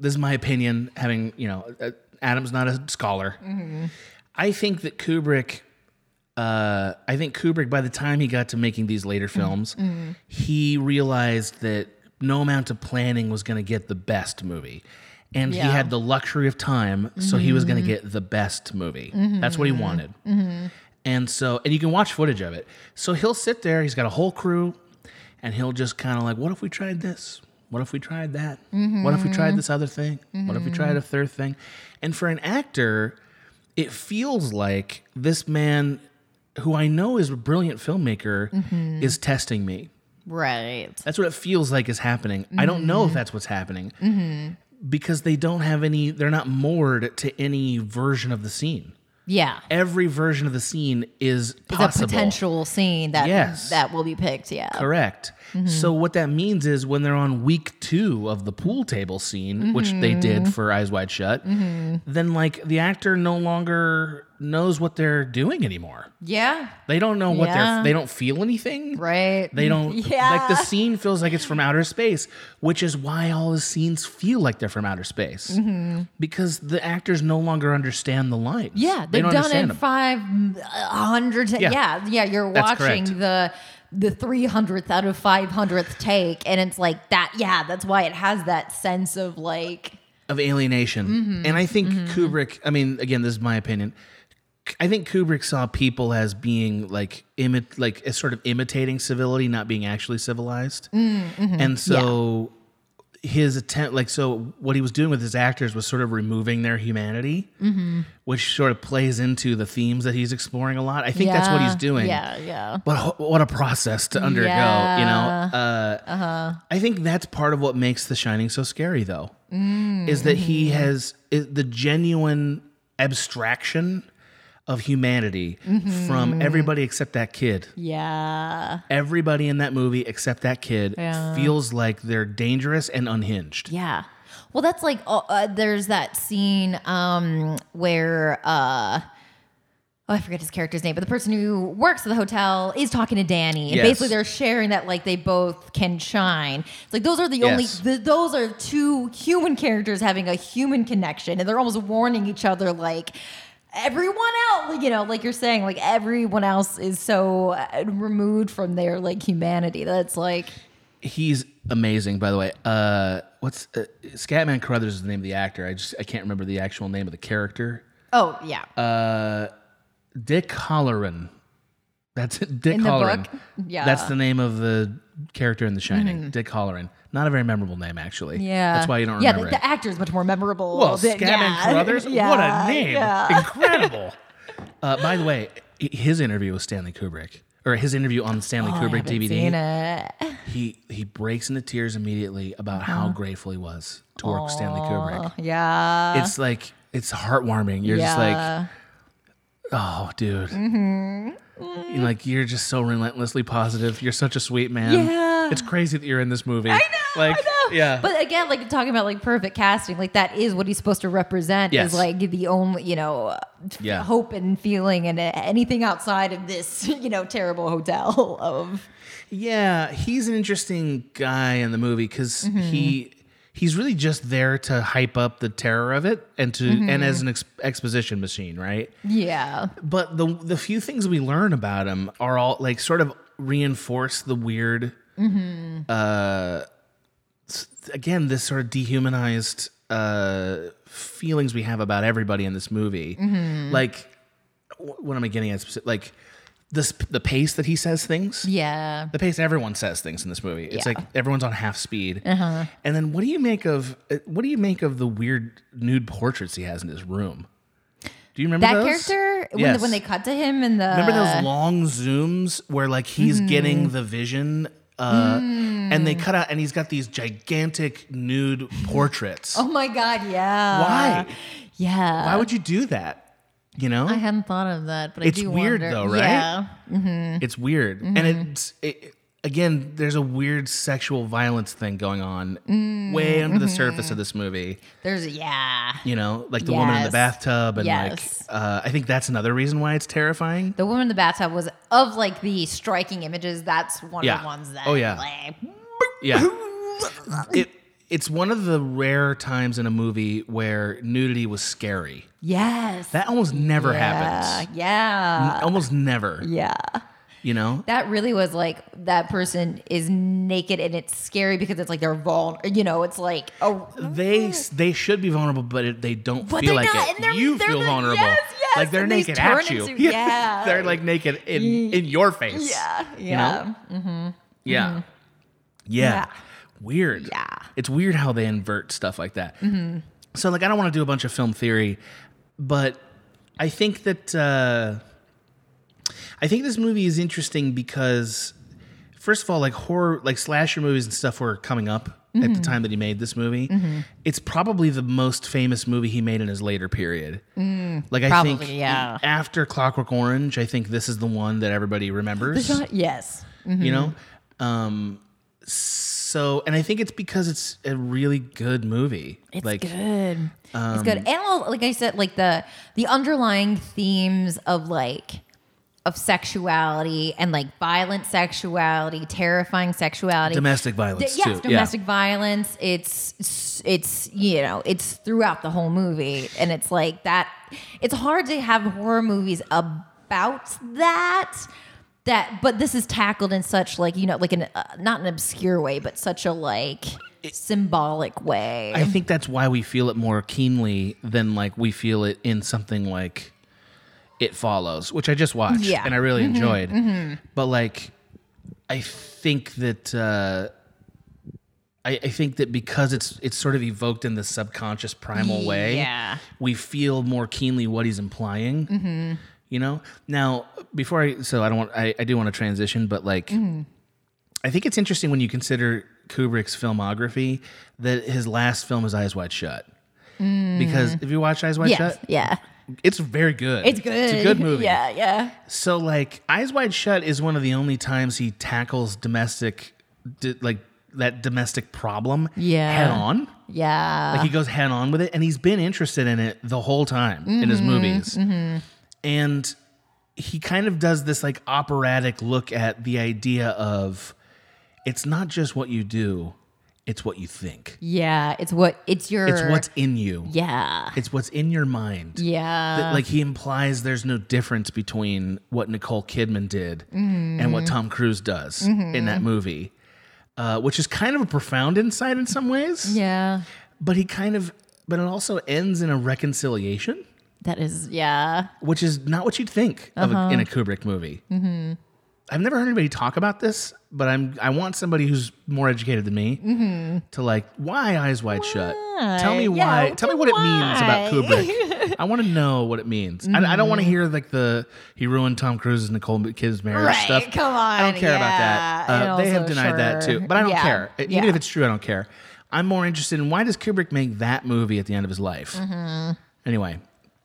This is my opinion. Having you know, uh, Adam's not a scholar. Mm-hmm. I think that Kubrick. Uh, I think Kubrick, by the time he got to making these later films, he realized that no amount of planning was going to get the best movie. And he Yeah. had the luxury of time, so he was going to get the best movie. That's what he wanted. And so, and you can watch footage of it. So he'll sit there, he's got a whole crew, and he'll just kind of like, what if we tried this? What if we tried that? What if we tried this other thing? What if we tried a third thing? And for an actor, it feels like this man, who I know is a brilliant filmmaker, is testing me. Right. That's what it feels like is happening. I don't know if that's what's happening because they don't have any, they're not moored to any version of the scene. Yeah. Every version of the scene is It's a possible. potential scene that Yes. that will be picked. Yeah. Correct. Mm-hmm. So what that means is when they're on week two of the pool table scene, which they Mm-hmm. did for Eyes Wide Shut, then like the actor no longer knows what they're doing anymore. Yeah. They don't know what Yeah. they're. They don't feel anything. Right. They don't Yeah. like the scene feels like it's from outer space, which is why all the scenes feel like they're from outer space because the actors no longer understand the lines. Mm-hmm. yeah. they They've don't done understand it them. five hundred. Yeah. Yeah. yeah. You're That's watching correct. the the 300th out of 500th take and it's like that yeah that's why it has that sense of like of alienation. Mm-hmm. And I think Kubrick, I mean, again, this is my opinion. I think Kubrick saw people as being like imi- like as sort of imitating civility, not being actually civilized. Mm, mm-hmm. And so his attempt like so what he was doing with his actors was sort of removing their humanity, Mm-hmm. which sort of plays into the themes that he's exploring a lot. I think that's what he's yeah, doing yeah yeah but ho- what a process to undergo you know uh, i think that's part of what makes the shining so scary though is that he has is the genuine abstraction of humanity from everybody except that kid yeah everybody in that movie except that kid Yeah. feels like they're dangerous and unhinged Yeah. Well, that's like uh, uh, there's that scene um, where uh, oh, I forget his character's name, but the person who works at the hotel is talking to Danny, and Yes. basically they're sharing that like they both can shine. It's like those are the only Yes. th- those are two human characters having a human connection, and they're almost warning each other like. Everyone else, you know, like you're saying, like everyone else is so uh, removed from their like humanity. That's like, he's amazing by the way uh what's uh, scatman carruthers is the name of the actor i just i can't remember the actual name of the character oh yeah, Dick Holleran. That's it, Dick In the Holleran. book? Yeah. Mm-hmm. That's the name of the character in The Shining, Dick Holleran. Not a very memorable name, actually. Yeah. That's why you don't yeah, remember the, it. the actor is much more memorable. well, than- Scatman yeah. Carruthers. Yeah, What a name. yeah. Incredible. uh, by the way, i- his interview with Stanley Kubrick, or his interview on the Stanley Oh, I Kubrick haven't seen DVD, it. he, he breaks into tears immediately about Uh-huh. how grateful he was to work with Stanley Kubrick. Oh, Yeah. It's like, it's heartwarming. You're just like, Uh-huh. yeah. Oh, dude. Mm-hmm. You're Like you're just so relentlessly positive. You're such a sweet man. Yeah. It's crazy that you're in this movie. I know. Like, I know. yeah. But again, like talking about like perfect casting, like that is what he's supposed to represent Yes. is like the only, you know, uh, f- Yeah. hope and feeling and uh, anything outside of this, you know, terrible hotel of yeah, he's an interesting guy in the movie because Mm-hmm. he he's really just there to hype up the terror of it and to Mm-hmm. and as an ex- exposition machine, right? yeah. But the the few things we learn about him are all like sort of reinforce the weird Mm-hmm. uh s- again this sort of dehumanized uh feelings we have about everybody in this movie. Mm-hmm. Like wh- what am I getting at speci- like this the pace that he says things? Yeah. The pace everyone says things in this movie. It's Yeah. Uh-huh. like everyone's on half speed. And then what do you make of uh, what do you make of the weird nude portraits he has in his room? Do you remember That those? character, when, Yes. the, when they cut to him and the Remember those long zooms where like he's Mm-hmm. getting the vision, uh, Mm. and they cut out, and he's got these gigantic nude portraits. Oh my god, yeah. Why? Yeah. Why would you do that? You know, I hadn't thought of that, but It's I do weird, wonder. though, right? Yeah. it's weird, and Mm-hmm. it's it, again, there's a weird sexual violence thing going on Mm, way under mm-hmm. the surface of this movie. There's yeah. You know, like the woman in the Yes. bathtub, and Yes. like uh, I think that's another reason why it's terrifying. The woman in the bathtub was of like the striking images. That's one of Yeah. the ones that. Oh, yeah. Like, Yeah. it it's one of the rare times in a movie where nudity was scary. yes. That almost never yeah. happens. Mm. Yeah. Almost never. Yeah. You know? That really was like that person is naked and it's scary because it's like they're vulnerable. You know, it's like oh, They they should be vulnerable, but it, they don't But feel they're like not, it. and they're- you they're feel like, vulnerable, yes, yes, like they're and these naked turn at you. into- yeah. they're like naked in in your face. yeah, yeah, Yeah. Yeah. Yeah. Weird. Yeah. Mm-hmm. It's weird how they invert stuff like that. So, like, I don't want to do a bunch of film theory, but I think that uh, I think this movie is interesting because, first of all, like horror, like slasher movies and stuff were coming up at Mm-hmm. the time that he made this movie. It's probably the most famous movie he made in his later period. like, I think Mm. probably, yeah. after Clockwork Orange, I think this is the one that everybody remembers yes, you know Mm-hmm. um so and i think it's because it's a really good movie It's like good. it's good. Um, And all- like I said, like the the underlying themes of like of sexuality and like violent sexuality, terrifying sexuality. domestic D- violence yes, too domestic violence. It's it's you know it's throughout the whole movie, and it's like that. It's hard to have horror movies about that that but this is tackled in such like you know like an uh, not an obscure way but such a like symbolic way I think that's why we feel it more keenly than like we feel it in something like It Follows, which I just watched Yeah. Mm-hmm. and I really enjoyed. But like, I think that uh, I, I think that because it's it's sort of evoked in the subconscious primal way, Yeah. Mm-hmm. we feel more keenly what he's implying. You know. Now, before I so I don't want I, I do want to transition, but like. Mm-hmm. I think it's interesting when you consider Kubrick's filmography that his last film is Eyes Wide Shut. Mm. Because if you watch Eyes Wide yeah Shut, yeah it's very good. it's good It's a good movie. yeah yeah So like Eyes Wide Shut is one of the only times he tackles domestic d- like that domestic problem Yeah. head on. yeah Like he goes head on with it, and he's been interested in it the whole time in Mm-hmm, his movies. And he kind of does this like operatic look at the idea of it's not just what you do, it's what you think. yeah it's what it's your It's what's in you. yeah It's what's in your mind. yeah That, like he implies there's no difference between what Nicole Kidman did and Mm. what Tom Cruise does Mm-hmm. in that movie. Uh, which is kind of a profound insight in some ways yeah but he kind of but it also ends in a reconciliation that is yeah which is not what you'd think of Uh-huh. a, in a kubrick movie mm-hmm. i've never heard anybody talk about this but i'm i want somebody who's more educated than me to like why eyes wide shut tell me Mm-hmm. Why? Yeah, why tell me what why? it means about kubrick i want to know what it means I, I don't Mm-hmm. want to hear like the he ruined tom cruise's nicole kidman's marriage Right, stuff come i don't on, care about that yeah, Uh, and they have also, denied that sure. too but i don't Yeah, care even yeah. if it's true i don't care i'm more interested in why does kubrick make that movie at the end of his life Mm-hmm. anyway,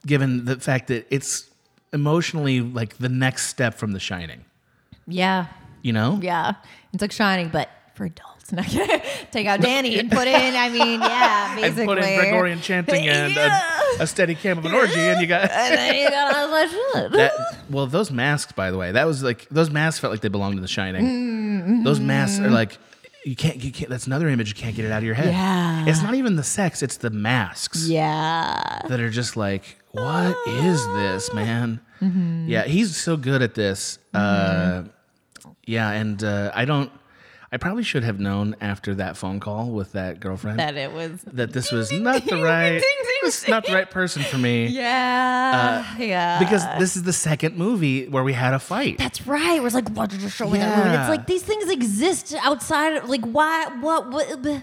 given the fact that it's emotionally like the next step from The Shining, yeah you know? yeah it's like shining but for adults not take out danny and put in i mean yeah And basically put in Gregorian chanting and Yeah. a, a steady cam of an orgy, and you got and then you got eyes wide shut. that. Well, those masks, by the way, that was like those masks felt like they belonged to The Shining. Those masks are like you can't, you can't. That's another image you can't get it out of your head. Yeah. it's not even the sex; it's the masks yeah that are just like, what is this, man? Mm-hmm. Yeah, he's so good at this. Uh, Mm-hmm. yeah, and uh, I don't. I probably should have known after that phone call with that girlfriend that, that it was this was not the right, this is not the right person for me. yeah yeah Uh, Because this is the second movie where we had a fight. That's right. It was like, why did you show me that movie? Yeah. It's like these things exist outside. Of, like, why? What? What? b-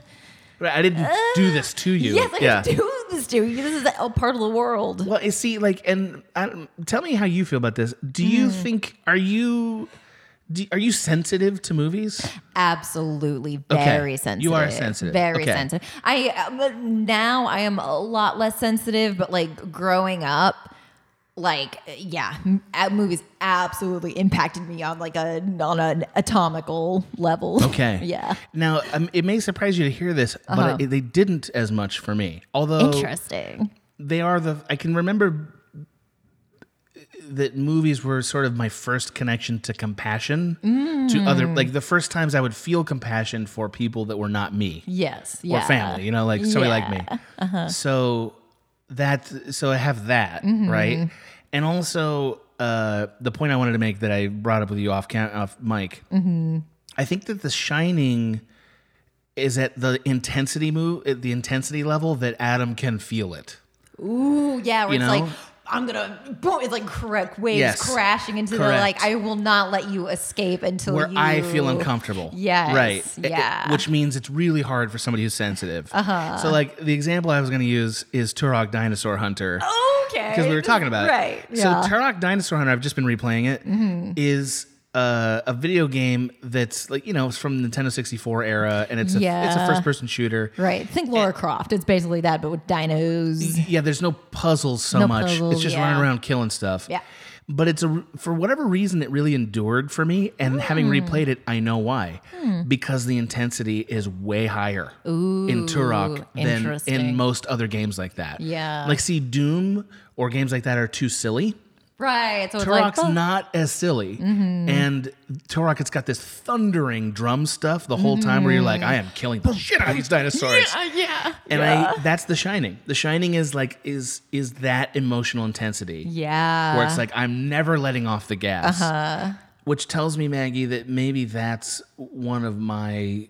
Right, I didn't do this to you. Uh, Yes, I do this to you. This is a part of the world. Well, you see, like, and I, don't- tell me how you feel about this. Do you Mm. think are you, do, are you sensitive to movies? Absolutely, Okay. very You sensitive. are sensitive. Very Okay. sensitive. I uh, but now I am a lot less sensitive, but like growing up, like yeah, m- uh, movies absolutely impacted me on like a on an atomical level. Okay. yeah. Uh-huh. Now, um, it may surprise you to hear this, but I, they didn't as much for me. Although Interesting. they are the, I can remember that movies were sort of my first connection to compassion to other, Mm. like the first times I would feel compassion for people that were not me Yes. or Yeah. Uh-huh. family, you know, like somebody like me. So that, so I have that, Mm-hmm. right? And also, uh, the point I wanted to make that I brought up with you off cam- off mic. Mm-hmm. I think that The Shining is at the intensity move, at the intensity level that Adam can feel it. Ooh, yeah, where You it's know? like I'm gonna boom, it's like correct waves Yes. crashing into the Correct. like I will not let you escape until Where Oh, you I feel uncomfortable. Yes, Right. It- it- yeah. which means it's really hard for somebody who's sensitive. Uh-huh. So, like, the example I was going to use is Turok Dinosaur Oh, Hunter. Okay. because we were talking about it. Right. So yeah. Mm-hmm. Turok Dinosaur Hunter, I've just been replaying it, is uh, a video game that's like you know it's from Nintendo 64 era, and it's a, it's a Yeah. first person shooter. right. Think Laura Croft. It's basically that but with dinos. Yeah, there's no puzzles so No much. it's puzzles, just yeah. running around killing stuff. Yeah. But it's a for whatever reason it really endured for me, and having Hmm. replayed it, I know why. Because the intensity is way higher in Turok than in interesting. most other games like that. Yeah. Like see, Doom or games like that are too silly. Right. So it's like oh, Mm-hmm. Turok's not as silly. And Turok, it's got this thundering drum stuff the whole time where you're like, I am killing the shit out of these dinosaurs. Mm-hmm. uh, yeah. And I that's the shining. The shining is like is is that emotional intensity. Yeah. Uh-huh. Where it's like I'm never letting off the gas. which tells me, Maggie, that maybe that's one of my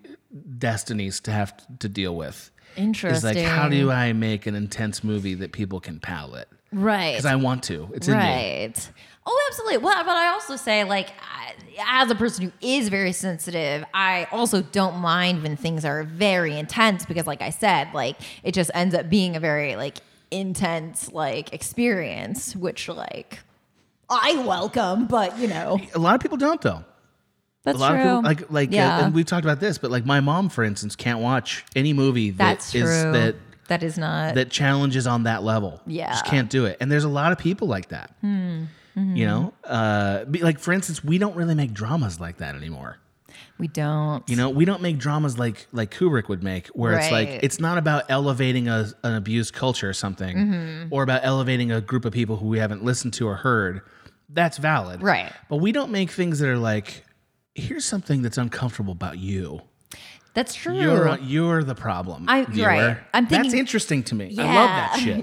destinies to have to deal with. Is Interesting. like, how do I make an intense movie that people can palate? right? Because I want to. It's in me. right. Oh, absolutely. Well, but I also say, like, I, as a person who is very sensitive, I also don't mind when things are very intense because, like I said, like it just ends up being a very like intense like experience, which like I welcome, but you know, A lot of people don't though. that's a lot true. of people like like uh, yeah, and we've talked about this, but like my mom, for instance, can't watch any movie that that's is true. that that is not that challenges on that level. Yeah. Hmm. just can't do it. And there's a lot of people like that. Mm-hmm. You know, uh, be- like for instance, we don't really make dramas like that anymore. we don't. You know, we don't make dramas like like Kubrick would make, where it's Right. like it's not about elevating a, an abused culture or something, Mm-hmm. or about elevating a group of people who we haven't listened to or heard. That's valid, Right. But we don't make things that are like, here's something that's uncomfortable about you. that's true. You're you're the problem. I- viewer. right. I'm that's thinking- interesting to me. I love that Yeah. shit. Uh,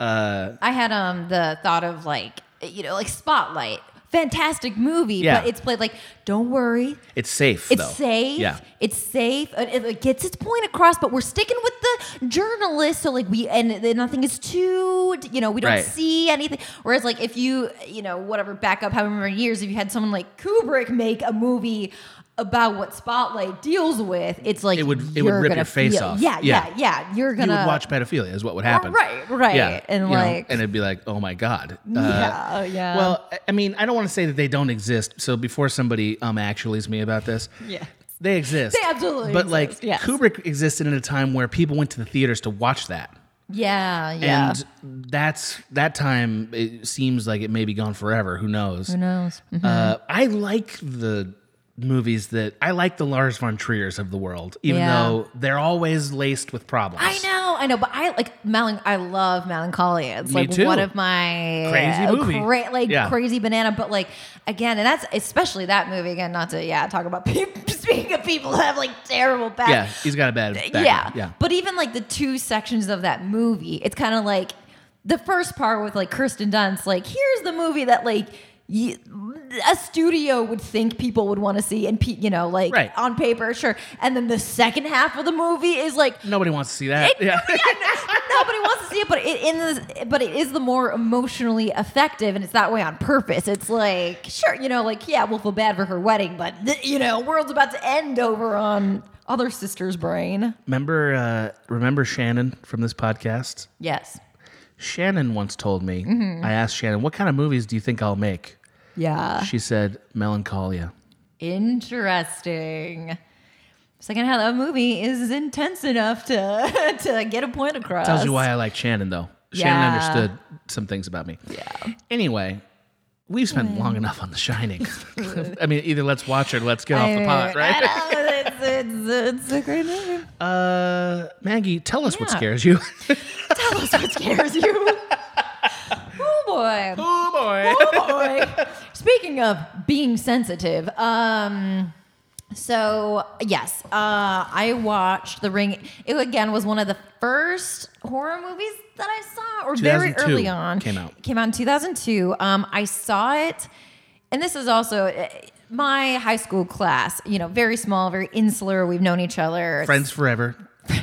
Yeah. I had um the thought of like you know like Spotlight, fantastic movie, Yeah. but it's played like don't worry, It's safe. it's though. safe, Yeah. it's safe, Uh, it, it gets its point across, but we're sticking with the journalist, so like we and th- nothing is too you know we don't Right. see anything. Whereas like if you you know whatever back up however many years, if you had someone like Kubrick make a movie. About what Spotlight deals with, it's like It would- it would you're rip gonna your face feel- off. Yeah, Yeah. yeah, yeah. You're gonna you would watch pedophilia is what would happen. Right, right. And, you know, like- and it'd be like, oh my god. Uh, Yeah, yeah. Well, I- I mean, I don't want to say that they don't exist. So before somebody um actuallys me about this, Yeah. they exist. They absolutely But like exist, yes. Kubrick existed in a time where people went to the theaters to watch that. Yeah, yeah. And that's that time. It seems like it may be gone forever. Who knows? Who knows? Uh, I like the movies that I like the Lars von Trier's of the world, even Yeah. though they're always laced with problems. I know, I know, but I like Melan. I love Melancholia. It's Me like too. one of my uh, Crazy movie. cra- like Yeah. crazy banana. But like again, and that's especially that movie again. Not to yeah talk about people. Speaking of people who have like terrible back, Yeah, he's got a bad background. Uh, yeah. yeah. But even like the two sections of that movie, it's kind of like the first part with like Kirsten Dunst, like here's the movie that like y- a studio would think people would want to see and pe- you know like Right. on paper sure and then the second half of the movie is like Nobody wants to see that. Yeah. nobody wants to see it but it in the, but it is the more emotionally effective and it's that way on purpose it's like sure you know like yeah we'll feel bad for her wedding but th- you know world's about to end over on other sister's brain remember, uh, remember Shannon from this podcast? yes Shannon once told me, I asked Shannon, what kind of movies do you think I'll make? Yeah. She said, Melancholia. Interesting. Second half of that movie is intense enough to to get a point across. Tells you why I like Shannon, though. Yeah. Shannon understood some things about me. Yeah. Anyway, we've spent long enough on The Shining. I mean, either let's watch it or let's get off the pot, right? I know, it's, it's, it's a great movie. Uh, Maggie, tell us what Yeah. scares you. Tell us what scares you. oh boy. oh boy. Oh boy. Speaking of being sensitive, um, so yes, uh, I watched The Ring. It again was one of the first horror movies that I saw, or very 2002 early on. came out. Came out in 2002. Um, I saw it, and this is also. uh, My high school class, you know, very small, very insular. We've known each other. Friends forever.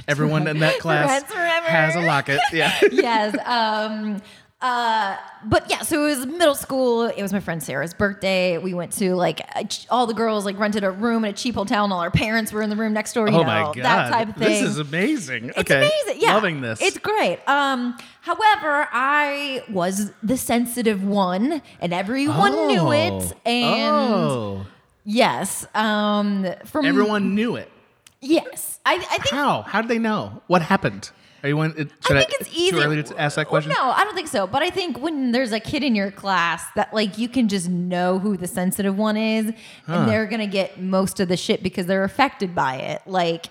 Everyone in that class Friends forever. has a locket. Yeah. yes. Um, uh, but yeah, so it was middle school. It was my friend Sarah's birthday. We went to like a ch- all the girls like rented a room at a cheap hotel, and all our parents were in the room next door. You oh know, my god. that type of thing. This is amazing. It's okay. amazing. Yeah. Loving this. It's great. Um, however, I was the sensitive one, and everyone knew it. And oh. yes, um, from everyone knew it. Yes, I, I think How? How did they know? What happened? Are you want? it- Should I think it's easy. Too early to ask that Well, question. no, I don't think so. But I think when there's a kid in your class that like you can just know who the sensitive one is, and they're gonna get most of the shit because they're affected by it. Like,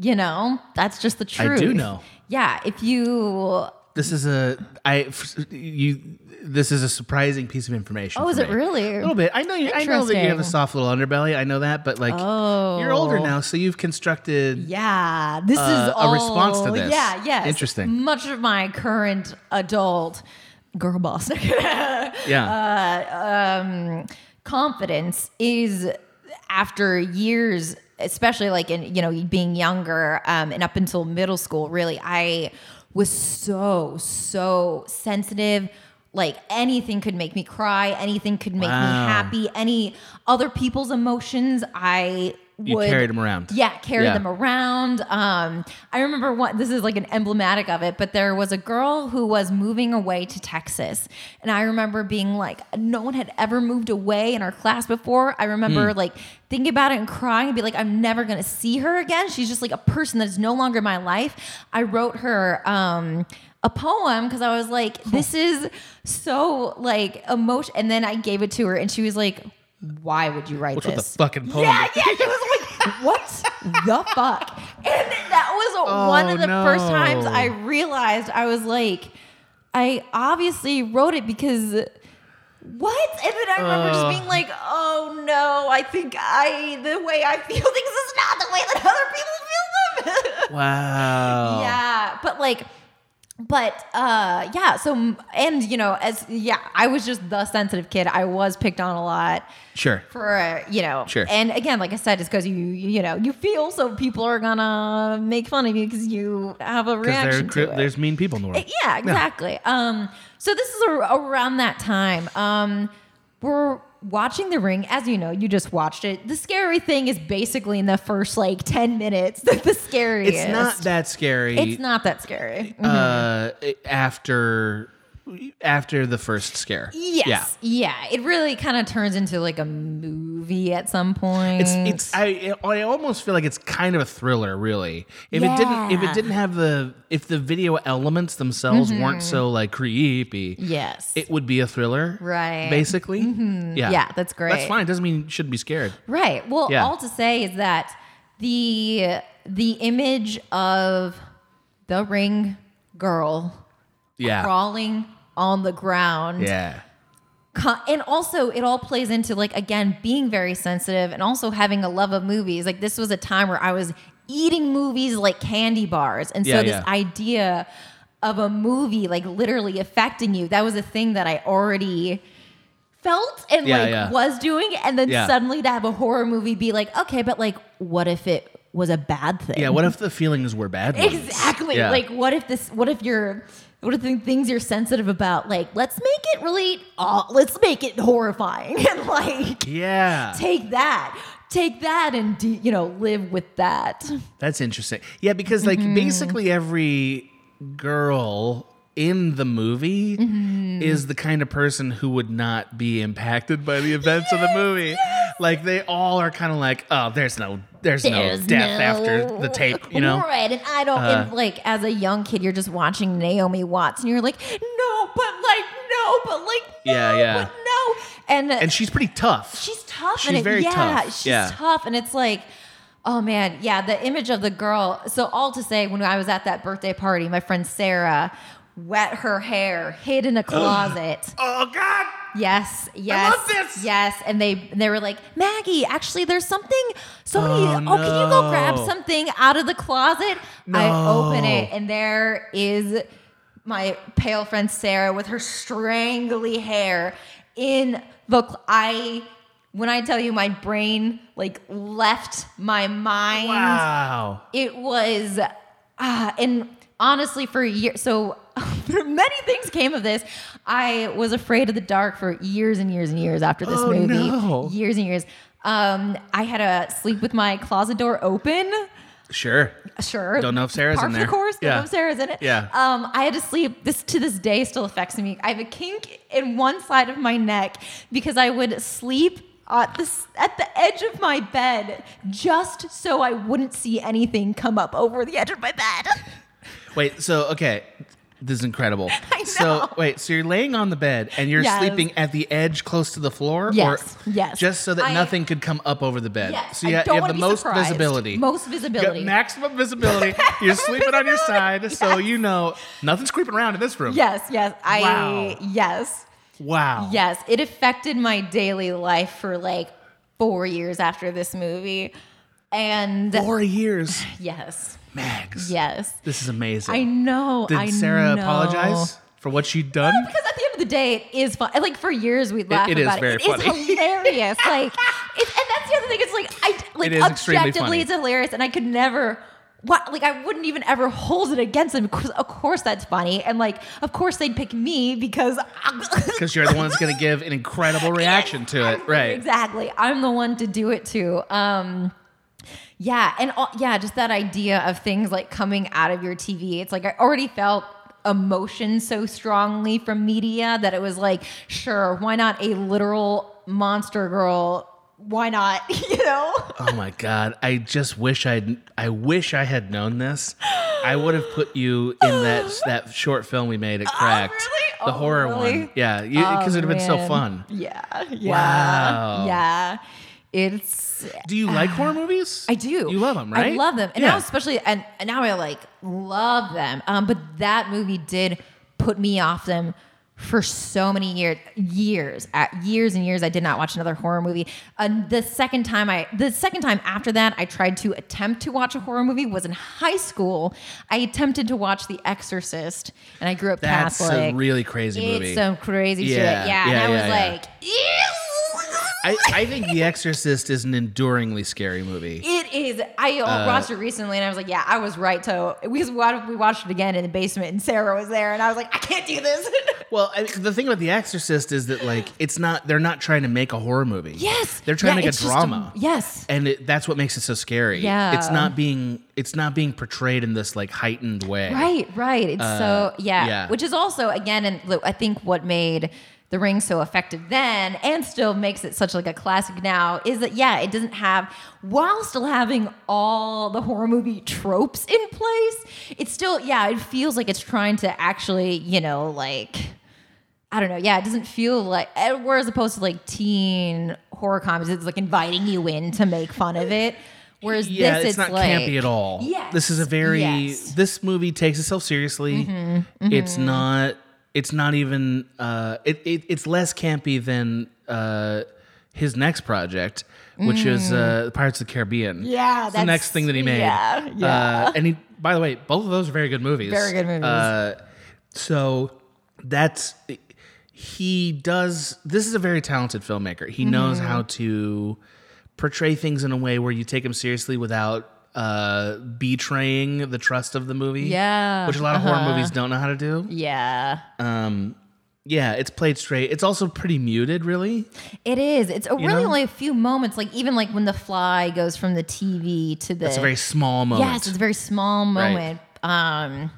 you know, that's just the I do truth. know. Yeah, if you. This is a I f- you. This is a surprising piece of information. Oh, for is it me. really? A little bit. I know. You, I know that you have a Interesting. soft little underbelly. I know that, but like you're older Oh. now, so you've constructed Yeah, this Uh, is a all, response to this. Yeah, yes. Interesting. Much of my current adult girl boss. yeah. um, confidence is after years especially like in you know being younger um, and up until middle school really i was so so sensitive like anything could make me cry anything could make Wow. me happy any other people's emotions i You would carried 'em around. yeah carried Yeah. them around um, i remember one this is like an emblematic of it but there was a girl who was moving away to texas and i remember being like no one had ever moved away in our class before i remember Hmm. like thinking about it and crying and be like i'm never gonna see her again she's just like a person that's no longer in my life i wrote her um, a poem because i was like this is so like emotion and then i gave it to her and she was like why would you write Which this was the fucking poem? yeah, yeah. She was like, what the fuck? And that was Oh, one of the first times no. I realized I was like, I obviously wrote it because what? And then I remember Uh. just being like, oh no, I think I, the way I feel things is not the way that other people feel them. Wow. Yeah, but like, but uh, yeah. So and you know, as yeah, I was just the sensitive kid. I was picked on a lot Sure. for uh, you know. Sure. And again, like I said, it's because you you know you feel so people are gonna make fun of you because you have a Because there, reaction cri- to it. there's mean people in the world. Yeah, exactly. Um, so this is ar- around that time. Um, we're watching The Ring, as you know, you just watched it. The scary thing is basically in the first like ten minutes. The, the scariest. It's not that scary. It's not Mm-hmm. that scary. Uh, after after the first scare. Yeah. Yes. Yeah. It really kind of turns into like a movie at some point. It's it's I I almost feel like it's kind of a thriller, really. If it didn't if Yeah. Mm-hmm. it didn't have the if the video elements themselves weren't so like creepy, yes. it would be a thriller, Right. Mm-hmm. Basically, yeah, Yeah, that's That's great. fine. Doesn't mean you shouldn't be scared. right. Well, Yeah. all to say is that the the image of the ring girl Yeah, crawling on the ground yeah, co- and also it all plays into like again being very sensitive and also having a love of movies like this was a time where i was eating movies like candy bars and so Yeah, this yeah. idea of a movie like literally affecting you that was a thing that i already felt and Yeah, like yeah. was doing and then Yeah. suddenly to have a horror movie be like okay but like what if it was a bad thing yeah. What if the feelings were bad? ones? Exactly. Yeah. Like, what if this? What if you're? What if the things you're sensitive about? Like, let's make it really. Uh, let's make it horrifying and like yeah, take that, take that, and de- you know live with that. That's interesting. Yeah, because like Mm-hmm. basically every girl in the movie Mm-hmm. is the kind of person who would not be impacted by the events of the movie. Like they all are kind of like, oh, there's no, there's, There's no death no after the tape, you know? Uh. Right, and I don't. and like as a young kid, you're just watching Naomi Watts, and you're like, no, but like no, but like no, Yeah, yeah. but no, and uh, And she's pretty tough. She's tough. She's and it, very yeah, tough. She's Yeah. tough. And it's like, oh man, yeah, the image of the girl. So all to say, when I was at that birthday party, my friend Sarah wet her hair, hid in a closet. oh God! Yes, yes, love this. yes. And they they were like, Maggie, actually, there's something. So many. Oh, Oh, can you go grab no. something out of the closet? I open No. it, and there is my pale friend Sarah with her strangly hair in the. Cl- I when I tell you, my brain like left my mind Wow. it was ah and honestly for years so many things came of this i was afraid of the dark for years and years and years after this Oh, movie no. years and years um, i had to sleep with my closet door open Sure. sure Don't know if Sarah's par in for there. the course don't Yeah. know if sarah's in it Yeah. um, i had to sleep this to this day still affects me i have a kink in one side of my neck because i would sleep at the, s- at the edge of my bed just so i wouldn't see anything come up over the edge of my bed Wait. So okay. This is incredible. I So know. wait, so you're laying on the bed and you're Yes. sleeping at the edge close to the floor? Yes, Or yes. Just so that I- nothing could come up over the bed. Yes, so you, I ha- don't you have wanna the be most surprised. visibility. Most You visibility. got maximum visibility. you're sleeping on your side, so you know nothing's creeping around in this room. yes, yes. I Wow. yes. Wow. Yes, it affected my daily life for like 4 years after this movie. And Four years. yes. Mags. Yes. This is amazing. I know. Did I Sarah know. Oh apologize for what she'd done? Because at the end of the day, it is fun. And, Like for years, we'd laugh it is about very it. It is funny. hilarious. like, it, and that's the other thing. It's like I like It is extremely funny. objectively, it's hilarious, and I could never. What, like I wouldn't even ever hold it against them. 'cause Of course, that's funny, and like, of course, they'd pick me because ah, because you're the one that's going to give an incredible reaction to it, right? Exactly. I'm the one to do it to. Um, yeah, and all, yeah, just that idea of things like coming out of your TV. It's like I already felt emotion so strongly from media that it was like, sure, why not a literal monster girl? Why not? You know? Oh my god, I just wish I'd I wish I had known this. I would have put you in that that short film we made at Cracked. Oh, really? The Oh, horror really? one. Yeah, because Oh, it would have been so man. fun. Yeah. Yeah. Wow. Yeah. It's Do you like horror movies? I do. You love them, right? I love them, and yeah. now especially, and, and now I like love them. Um, but that movie did put me off them for so many years, years, uh, years and years. I did not watch another horror movie. Uh, the second time I, the second time after that, I tried to attempt to watch a horror movie was in high school. I attempted to watch The Exorcist, and I grew up That's Catholic. a really crazy movie. it's some crazy Yeah, shit. Yeah, yeah, and I yeah, yeah. was like, "Ew." I, I think The Exorcist is an enduringly scary movie. It is. I Uh, watched it recently, and I was like, "Yeah, I was right." So because we watched, we watched it again in the basement, and Sarah was there, and I was like, "I can't do this." Well, I, the thing about The Exorcist is that like it's not they're not trying to make a horror movie. yes, they're trying Yeah, to make a it's just drama. yes, and it, that's what makes it so scary. Yeah. it's not being it's not being portrayed in this like heightened way. right, right. It's so yeah. Uh, yeah. which is also again, and look, I think what made the ring so effective then and still makes it such like a classic now is that yeah it doesn't have while still having all the horror movie tropes in place it's still yeah it feels like it's trying to actually you know like I don't know. Yeah, it doesn't feel like. eh, Whereas opposed to like teen horror comedies, it's like inviting you in to make fun of it. Whereas Yeah, this, it's, it's not like, campy at all. Yes, this is a very yes. Mm-hmm. this movie takes itself seriously. It's not it's not even uh it, it it's less campy than uh his next project, which is Mm. uh Pirates of the Caribbean. It's Yeah, the that's- next thing that he made. yeah, Uh, and he by the way, both of those are very good movies. Very good movies. Uh, so that's he does this is a very talented filmmaker Mm-hmm. he knows how to portray things in a way where you take him seriously without uh betraying the trust of the movie Yeah, uh-huh. which a lot of horror movies don't know how to do Yeah, yeah it's played straight it's also pretty muted really it is. It's a really know? only a few moments. Like even like when the fly goes from the TV to the. it's a very small moment yes, it's a very small moment. Um,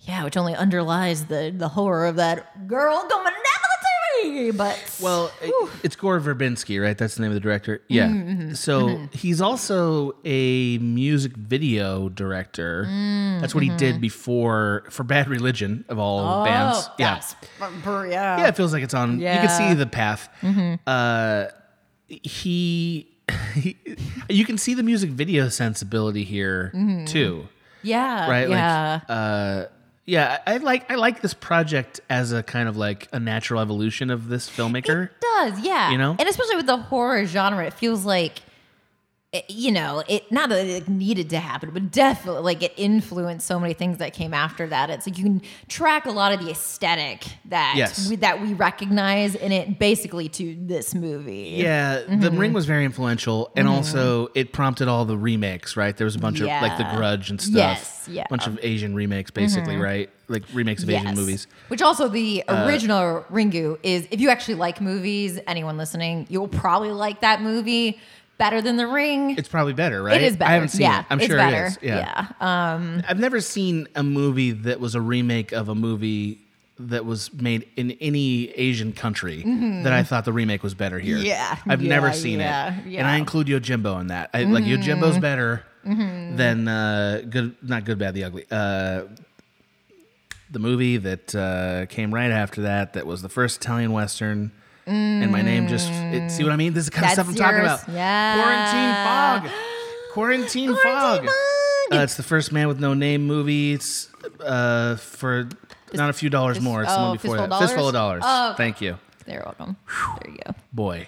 yeah, which only underlies the the horror of that girl going down the TV. But Well, it- it's Gore Verbinski, right? That's the name of the director. Mm-hmm, Yeah. So he's also a music video director. Mm, That's mm-hmm. what he did before for Bad Religion of all bands. Yeah. Oh, that's- br- yeah. Yeah, it feels like it's on. You Yeah. Mm-hmm. can see the path. Uh, he, he, you can see the music video sensibility here too, yeah, right? Mm-hmm. yeah. Like, uh, yeah, I I like I like this project as a kind of like a natural evolution of this filmmaker. It does, yeah. You know? and especially with the horror genre, it feels like, it- you know, it not that it needed to happen, but definitely like it influenced so many things that came after that. It's like you can track a lot of the aesthetic that Yes. we, that we recognize in it, basically to this movie. Yeah, The Mm-hmm. Ring was very influential, and also it prompted all the remakes. Right, there was a bunch of like The Yeah. Grudge and stuff. Yes, yeah. Mm-hmm. a bunch of Asian remakes, basically, right? Like remakes of Asian Yes. movies. Uh, Which also the original Ringu is if you actually like movies, anyone listening, you'll probably like that movie better than The Ring. It's probably better, right? It is better. I haven't seen yeah, it. I'm it's sure better. it is. Yeah. Mm-hmm. I've never seen a movie that was a remake of a movie that was made in any Asian country that I thought the remake was better here. Mm-hmm. Yeah, I've yeah, never seen yeah, it, and yeah. Mm-hmm. I include Yojimbo in that. I, Like Yojimbo's better than uh, good, not good, bad, the ugly. Uh, the movie that uh, came right after that, that was the first Italian western. And my name just it, see what I mean. This is the kind of stuff That's I'm talking yours. about. Yeah. Quarantine fog. Quarantine, fog. Quarantine fog. Uh, it's the first Man with No Name movie. It's uh, for not a few dollars fist- more. It's the oh, one before Fistful that. of Fistful of dollars. Dollars? Oh, okay. Thank you, They're welcome. There you go. boy.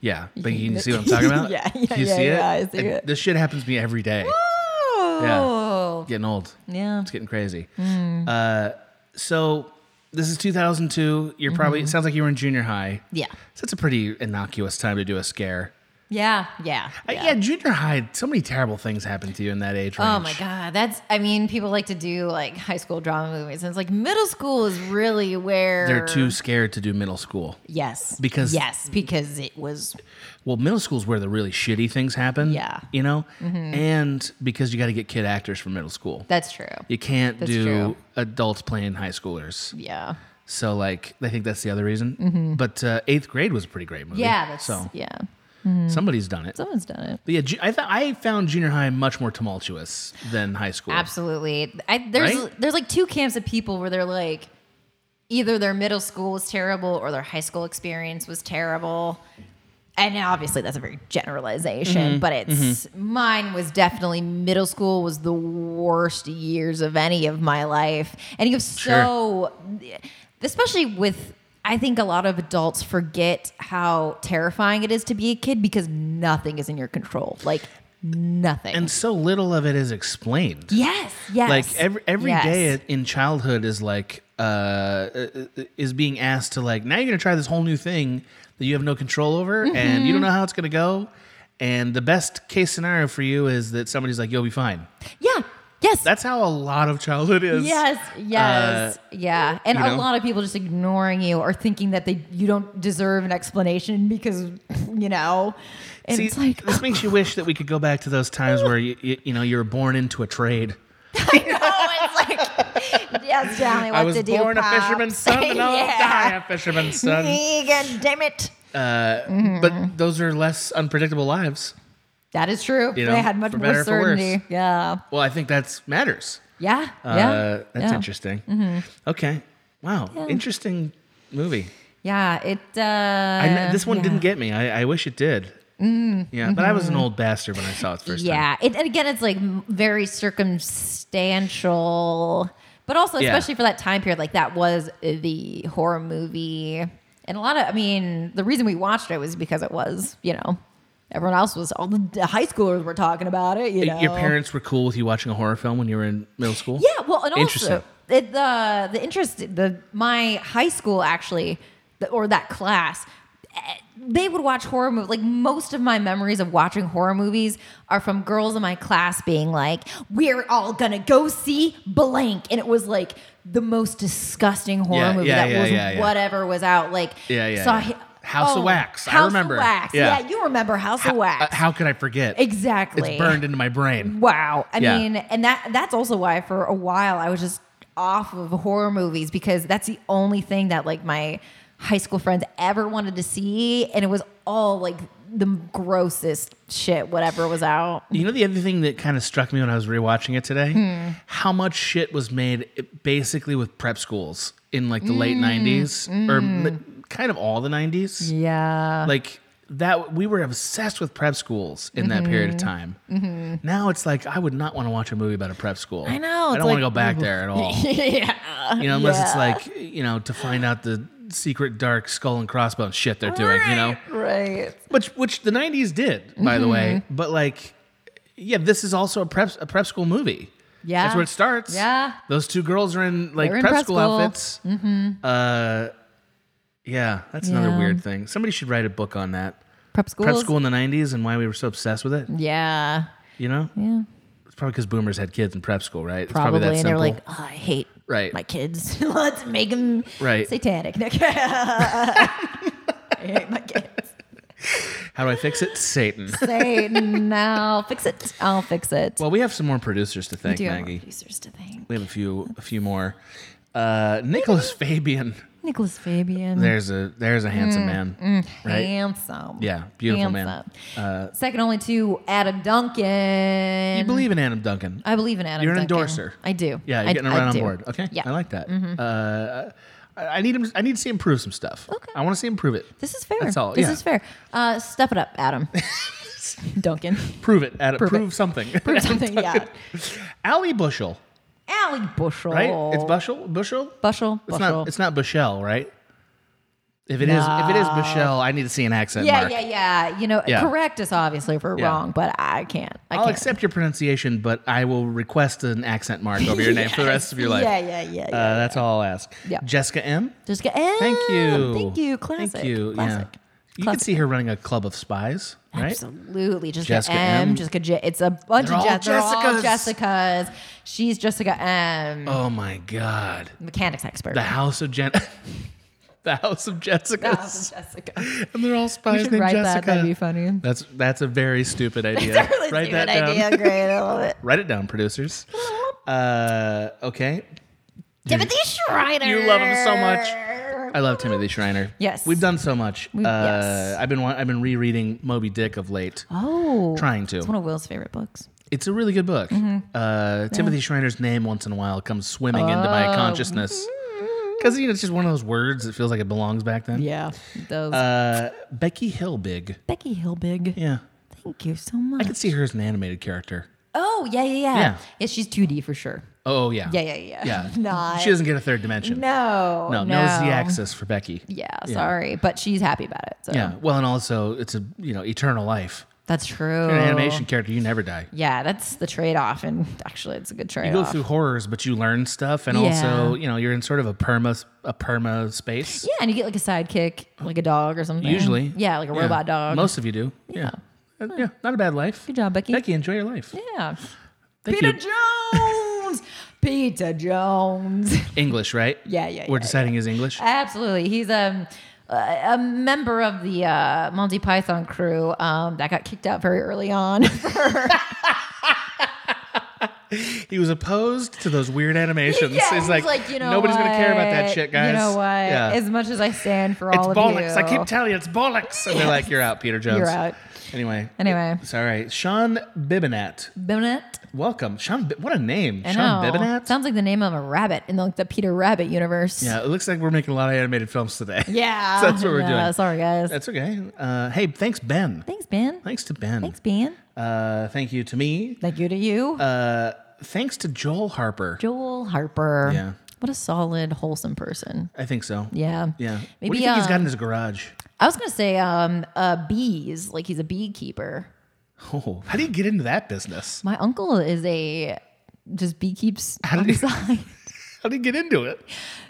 Yeah, but you can see what I'm talking about. Yeah, yeah, Do you yeah, see yeah, it? I see it. This shit happens to me every day. Oh. Getting old. Yeah. Hmm. It's getting crazy. Uh, so this is 2002. You're probably it sounds like you were in junior high. Mm-hmm. Yeah. So it's a pretty innocuous time to do a scare. Yeah. Yeah. I- Yeah, junior high. So many terrible things happen to you in that age range. Oh my god, that's I mean, people like to do like high school drama movies, and it's like middle school is really where They're too scared to do middle school. yes because- yes because it was Well, middle school's where the really shitty things happen. Yeah. Mm-hmm. You know? And because you got to get kid actors from middle school. that's true you can't That's do true. adults playing high schoolers. yeah So, like, I think that's the other reason. But uh, eighth grade was a pretty great movie. Mm-hmm. yeah that's mm-hmm. so yeah somebody's done it. someone's done it But yeah, ju- I, th- I found junior high much more tumultuous than high school. absolutely I, there's Right? there's like two camps of people where they're like either their middle school was terrible or their high school experience was terrible. And obviously, that's a very Mm-hmm. generalization, but it's mine was definitely middle school was the worst years of any of my life. And you have so, especially with, I think a lot of adults forget how terrifying it is to be a kid because nothing is in your control. Like, nothing. And so little of it is explained. yes, yes. Like every every day yes. in childhood is like uh, uh, uh, is being asked to like now you're gonna try this whole new thing that you have no control over and Mm-hmm. you don't know how it's gonna go. And the best case scenario for you is that somebody's like you'll be fine. Yeah, yes. That's uh, how a lot of childhood is. Yes, yes, yeah, and you a know? lot of people just ignoring you or thinking that they you don't deserve an explanation because you know, and See, it's like this makes you wish that we could go back to those times where you you, you know you were born into a trade. oh, it's like yes, Johnny, what I was to do? born Pops. a fisherman's son, and I'll die a fisherman's son. Uh, God damn it! Mm-hmm. But those are less unpredictable lives. That is true. You know, they had much for more better or for worse. certainty. Yeah, Well, I think that's matters. yeah, Uh, yeah. That's yeah. Mm-hmm. interesting. Okay. Wow. Interesting movie. Yeah, it. Uh, I kn- this one yeah. Mm, mm-hmm. didn't get me. I, I wish it did. Yeah, but I was an old bastard when I saw it first time. yeah it, and again it's like m- very circumstantial but also Yeah. especially for that time period like that was the horror movie and a lot of i mean the reason we watched it was because it was you know everyone else was all the d- high schoolers were talking about it you Y- know Uh, Your parents were cool with you watching a horror film when you were in middle school? yeah, well, and Interesting. also it, the the interest the my high school actually the, or that class eh, they would watch horror movies. Like most of my memories of watching horror movies are from girls in my class being like, "We're all gonna go see blank," and it was like the most disgusting horror Yeah, movie yeah, that yeah, was yeah, yeah. whatever was out. Like, Yeah, yeah, saw yeah. hi- House of Wax. I oh, House remember. Of Wax. Yeah. Yeah. you remember House of Wax. Uh, how could I forget? exactly. Mm-hmm. It's burned into my brain. Wow. I Yeah. mean, and that that's also why for a while I was just off of horror movies because that's the only thing that like my high school friends ever wanted to see and it was all like the grossest shit whatever was out. You know the other thing that kind of struck me when I was rewatching it today, Hmm. how much shit was made eh, basically with prep schools in like the Mm, late '90s or m- kind of all the '90s. Yeah. like that we were obsessed with prep schools in Mm-hmm. that period of time now it's like i would not want to watch a movie about a prep school i know, i it's don't want to go like- back there at all yeah. you know unless it's like you know to find out the secret dark skull and crossbones shit they're doing you know Right. which which the 90s did by the way Mm-hmm. but like yeah this is also a prep a prep school movie Yeah. that's where it starts Yeah. those two girls are in like They're in prep, prep school, school. Mm-hmm. outfits uh yeah that's another Yeah. weird thing somebody should write a book on that Prep schools. prep school in the 90s and why we were so obsessed with it Yeah. you know Yeah. it's probably because boomers had kids in prep school right it's Probably, that and they're like, oh, I hate Right. my kids. Let's make them Right. satanic. I hate my kids. how do i fix it satan say no. I'll fix it. I'll fix it. well we have some more producers to thank Do you have maggie producers to thank? we have a few a few more uh nicholas fabian Nicholas Fabian. there's a there's a Mm, handsome man right Handsome. yeah beautiful man Uh, Handsome. Second only to Adam Duncan. you believe in adam duncan I believe in Adam You're an Duncan. endorser. I do. yeah you're I- getting I around on do. board okay Yeah. Mm-hmm. i like that uh I I need him. I need to see him prove some stuff. Okay. I want to see him prove it. This is fair. That's all, This yeah. is fair. Uh, step it up, Adam. Duncan. Prove it. Adam, prove, Prove it. something. Prove something, yeah. Allie Bushel. Allie Bushel. Oh. right? It's Bushel. Bushel. Bushel. It's Bushel. not. It's not Bushel, right? If it is, if it is Michelle, I need to see an accent Yeah, mark. yeah, yeah. You know, Yeah. correct us obviously if we're Yeah. wrong, but I can't. I I'll can't. accept your pronunciation, but I will request an accent mark over your name for the rest of your life. Yeah, yeah, yeah. yeah. Uh, that's all I'll ask. Yeah. Jessica M. Just get. Thank you. Thank you. Classic. Thank you. Classic. Yeah. You can Classic. see her running a club of spies, right? Absolutely. Just Jessica Jessica M, M. Jessica J. It's a bunch They're of all Jess- they're all Jessicas. Jessicas. She's Jessica M, Oh my God. mechanics expert. The House of Jen. the House of Jessica. That was Jessica. And they're all We spies should named write Jessica. that. That'd be funny. That's that's a very stupid idea. That's a really write stupid that down. idea. Great. I love it. Write it down, producers. Uh, okay. Timothy Schreiner. You love him so much. I love Timothy Schreiner. Yes. we've done so much. We- uh, yes. I've been wa- I've been rereading Moby Dick of late. Oh. Trying to. It's one of Mm-hmm. Will's favorite books. It's a really good book. Uh, Timothy Schreiner's name once in a while comes swimming into my Oh. Mm-hmm. consciousness because you know it's just one of those words that feels like it belongs back then. Yeah. Those. Uh, Becky Hillbig. Becky Hillbig. Yeah, Thank you so much. I could see her as an animated character. oh, yeah, yeah, yeah. Yeah. Yeah, she's 2D for sure. Oh yeah. Yeah, yeah, yeah. Yeah. Not. She doesn't get a third dimension. no. no, no Z axis for Becky. Yeah, sorry. But she's happy about it. So Yeah. Well, and also it's a you know eternal life. that's true. You're an animation character, you never die. Yeah, that's the trade off. And actually, it's a good trade You go off. through horrors, but you learn stuff, and Yeah. also you know you're in sort of a perma a perma space. yeah, and you get like a sidekick, like a dog or something. Usually, Yeah, like a Yeah. robot dog. Most of you do. Yeah. Uh, Yeah. Not a bad life. Good job, Becky. Becky, enjoy your life. Yeah. Thank Peter you. Jones. Peter Jones. English, right? Yeah, yeah, We're yeah, Uh, deciding his English. Absolutely. He's um, a, a member of the uh, Monty Python crew um, that got kicked out very early on. He was opposed to those weird animations. Yeah, he's like, you know nobody's gonna care about that what? shit, guys. You know what? Yeah. As much as I stand for it's all of you. bollocks. I keep telling you, it's bollocks. And they're like, you're out, Peter Jones. You're out. Anyway. Anyway. It's all right. Sean Bibinat. Bibbinett. Welcome. Sean, Bi- what a name. I Sean know. Bibinat. Sounds like the name of a rabbit in like the Peter Rabbit universe. yeah, it looks like we're making a lot of animated films today. Yeah. That's what we're Yeah, doing. Sorry, guys. That's okay. Uh, hey, thanks, Ben. Thanks, Ben. Thanks to Ben. Thanks, Ben. Uh, thank you to me. Thank you to you. Uh, thanks to Joel Harper. Joel Harper. Yeah. What a solid, wholesome person. I think so. Yeah. Yeah. what do Maybe, you think he's got in um, his garage? I was gonna say um uh bees, like he's a beekeeper. Oh, how do you get into that business? My uncle is a just beekeeps How on did the he- side. How do you get into it?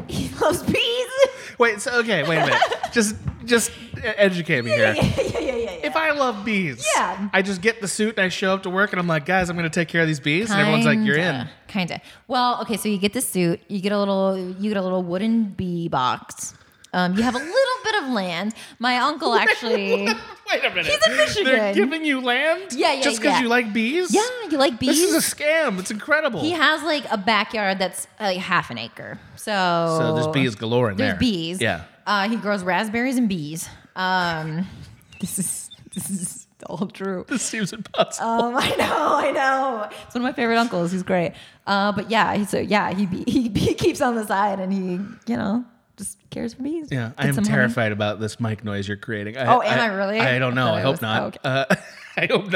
he loves bees. Wait, so okay, wait a minute. just just e-, educate me here. yeah, yeah, yeah, yeah. If I love bees, Yeah. I just get the suit and I show up to work and I'm like, guys, I'm gonna take care of these bees. And everyone's like, You're in. Kinda. Well, okay, so you get the suit, you get a little you get a little wooden bee box. Um, you have a little bit of land. My uncle actually Wait a minute. He's in Michigan. They're giving you land? Yeah, yeah, Just because yeah. you like bees? Yeah, you like bees? This is a scam. It's incredible. he has like a backyard that's like half an acre. So so there's bees galore in There's there. bees. Yeah. Uh, he grows raspberries and bees. Um, this is this is all true. This seems impossible. Um, I know, I know. It's one of my favorite uncles. He's great. Uh, but yeah, he, so yeah, he, be, he he keeps on the side and he you know just cares for bees. Yeah, Get I am some honey. terrified about this mic noise you're creating. I, Oh, am I really? I don't I know. thought I, it hope was- oh, not. okay. Uh,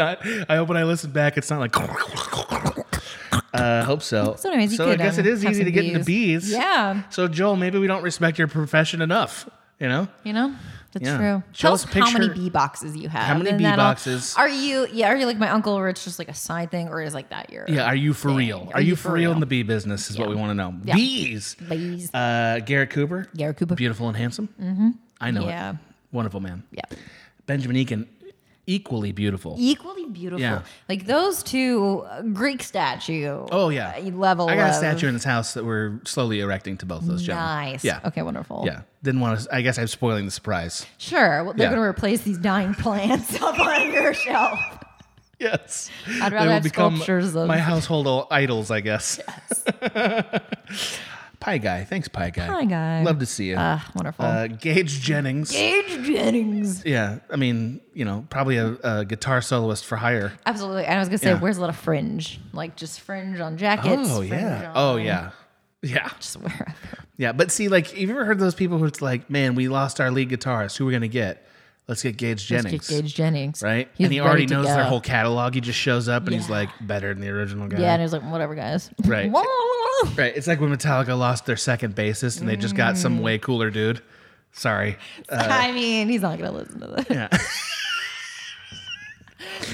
I hope not. I hope when I listen back, it's not like. Uh, hope so. So anyways, you so I could, guess um, it is have easy to some get into bees. Yeah, So Joel, maybe we don't respect your profession enough. You know, you know. That's Yeah. true. Show Tell us us a how many picture- bee boxes you have. How many and bee that'll- boxes? Are you yeah? Are you like my uncle, where it's just like a side thing, or is like that your yeah. Are you for real? Are, you, for real? in the bee business? Is what Yeah. we want to know. Yeah. Bees. bees? Uh, Garrett Cooper. Garrett Cooper. Beautiful and handsome. Mm-hmm. I know Yeah. it. Wonderful man. yeah. Benjamin Eakin, equally beautiful. equally beautiful. Yeah. Like those two uh, Greek statue. Oh yeah, uh, level. I got a of statue in this house that we're slowly erecting to both of those gentlemen. Nice. Yeah. Okay. Wonderful. Yeah. Didn't want to. I guess I'm spoiling the surprise. Sure. Well, they're Yeah. going to replace these dying plants up on your shelf. Yes. I'd rather have sculptures of my household o- idols. I guess. Pie guy. Thanks, Pie guy. Pie guy. Love to see you. Ah, wonderful. Uh, Gage Jennings. Gage Jennings. yeah. I mean, you know, probably a, a guitar soloist for hire. Absolutely. And I was going to say, Yeah. where's a lot of fringe? Like just fringe on jackets. oh fringe yeah. on- Oh yeah. Yeah. Just wherever. Yeah, but see, like, have you ever heard those people who's like, man, we lost our lead guitarist. Who we are gonna get? Let's get Gage Just Jennings, get Gage Jennings. right? He's and he ready already to knows their go. whole catalog. He just shows up and he's Yeah. like better than the original guy. Yeah. And he was like, whatever, guys. Right. Uh, Mm. Right. It's like when Metallica lost their second bassist and they just got some way cooler dude. Sorry. I mean, he's not gonna listen to this. Yeah.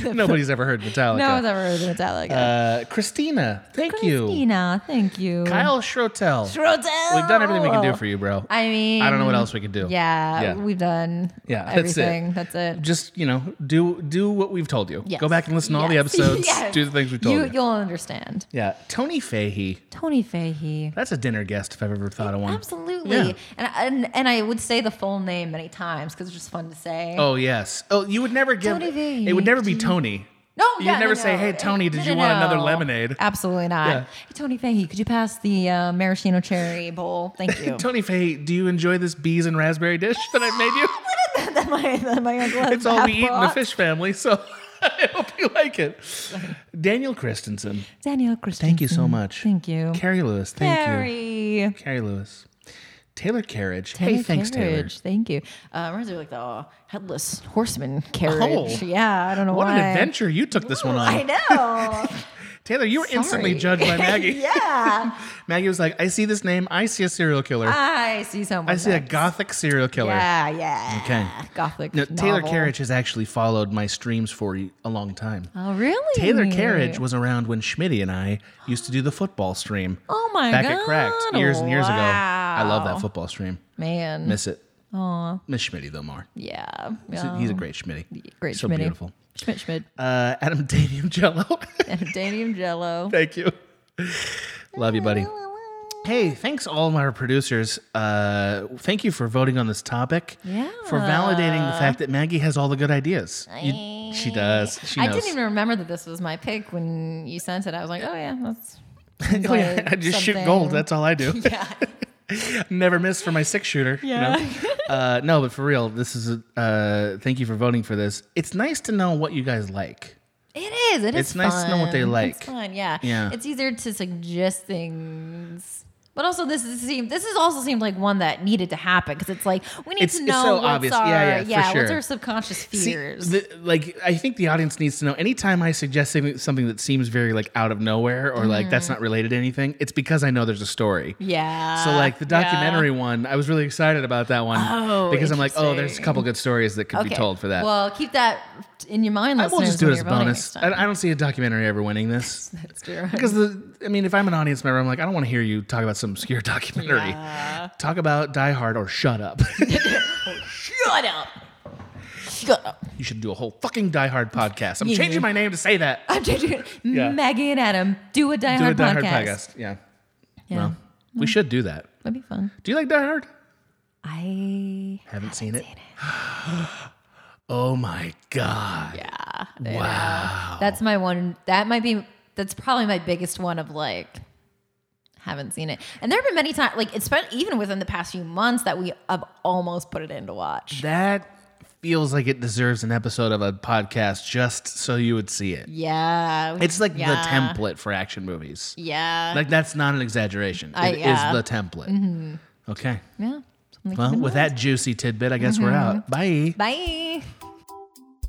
Nobody's ever heard Metallica. No one's ever heard of Metallica. uh, Christina, thank you. Christina, thank you. Kyle Schrotel. Schrotel. We've done everything we can do for you, bro. Oh. I mean, I don't know what else we can do. Yeah, Yeah. we've done. Yeah, that's it. everything. That's it. Just you know, do do what we've told you. Yes. Go back and listen to all the Yes. episodes. Yes. Do the things we told you. you. You'll understand. yeah, Tony Fahey. Tony Fahey. That's a dinner guest if I've ever thought of one. Absolutely. Yeah. And, and and I would say the full name many times because it's just fun to say. Oh yes. Oh, you would never give. Tony Mm-hmm. Fahey. It would never be Tony. no, You'd yeah, no, never no. say, "Hey, Tony, did No, you no, want another no. lemonade?" Absolutely not. Yeah. Hey, Tony Fahey, could you pass the uh, maraschino cherry bowl? Thank you. Tony Fahey, do you enjoy this bees and raspberry dish that I made you? that my, that my uncle has It's all we eat in the bought. fish family, so I hope you like it. Daniel Christensen, Daniel Christensen. thank you so much. Thank you. Carrie Lewis, thank you. Carrie. Carrie Lewis. Taylor Carriage. hey, thanks, Taylor. carriage. Thank you. Uh, reminds me of like the uh, headless horseman carriage. Oh. yeah, I don't know What why. an adventure you took this one I on. know. Taylor, you were instantly Sorry. judged by Maggie. yeah, Maggie was like, I see this name, I see a serial killer. I see someone. I see a next. gothic serial killer. Oh, Yeah, yeah. Okay. Gothic. No, Taylor novel. Carriage has actually followed my streams for a long time. Oh, really? Taylor Carriage was around when Schmitty and I used to do the football stream. Oh my back god! at Cracked years and years ago. I love Wow. that football stream. Man. Miss it. Aw. Miss Schmitty though more. yeah. He's, a, yeah. he's a great Schmitty. Oh. great so Schmitty. beautiful. Schmidt Schmidt. Uh, Adam Danium Jello. and Danium Jello. Thank you. Love you, buddy. Hey, thanks all of our producers. Uh, thank you for voting on this topic. For validating the fact that Maggie has all the good ideas. You- she does. She I knows. didn't even remember that this was my pick when you sent it. I was like, oh yeah, that's. Oh, yeah, I just shoot gold. That's all I do. Yeah. Never miss for my six shooter. Yeah. uh, no, but for real, this is a uh, thank you for voting for this. It's nice to know what you guys like. It is. It is. It's nice to know what fun. they like. It's fun. Yeah. Yeah. It's easier to suggest things. But also, this is seem this is also seemed like one that needed to happen because it's like we need It's- to it's know so what's obvious. Yeah, our yeah, for what's sure. our subconscious See, fears. the, like I think the audience needs to know. Anytime I suggest something- something that seems very like out of nowhere or like Mm-hmm. that's not related to anything, it's because I know there's a story. yeah. So like the documentary one, I was really excited about that one Oh, because I'm like, oh, there's a interesting. couple good stories that could Okay. be told for that. Well, keep that in your mind. I will listeners, just do when it as a you're voting bonus. next time. I, I don't see a documentary ever winning this. That's true. Because the, I mean, if I'm an audience member, I'm like, I don't want to hear you talk about some obscure documentary. Talk about Die Hard or shut up. Shut up. Shut up. you should do a whole fucking Die Hard podcast. I'm Yeah. changing my name to say that. I'm changing. Yeah. Maggie and Adam do a Die do a Hard Die podcast. Hard podcast. Yeah. Yeah, Hmm. Well, we should do that. that'd be fun. Do you like Die Hard? I Haven't, seen, it. oh my god. Yeah. Wow. That's my one. That might be. That's probably my biggest one of like. Haven't seen it, and there have been many times, like it's been even within the past few months that we have almost put it in to watch. That feels like it deserves an episode of a podcast just so you would see it. Yeah. It's like Yeah. the template for action movies. Yeah. Like that's not an exaggeration. It is I- yeah. Mm-hmm. the template. Okay. yeah. Something to Well, keep in with that juicy tidbit, I guess we're out. Mm-hmm. Bye. mind. Bye.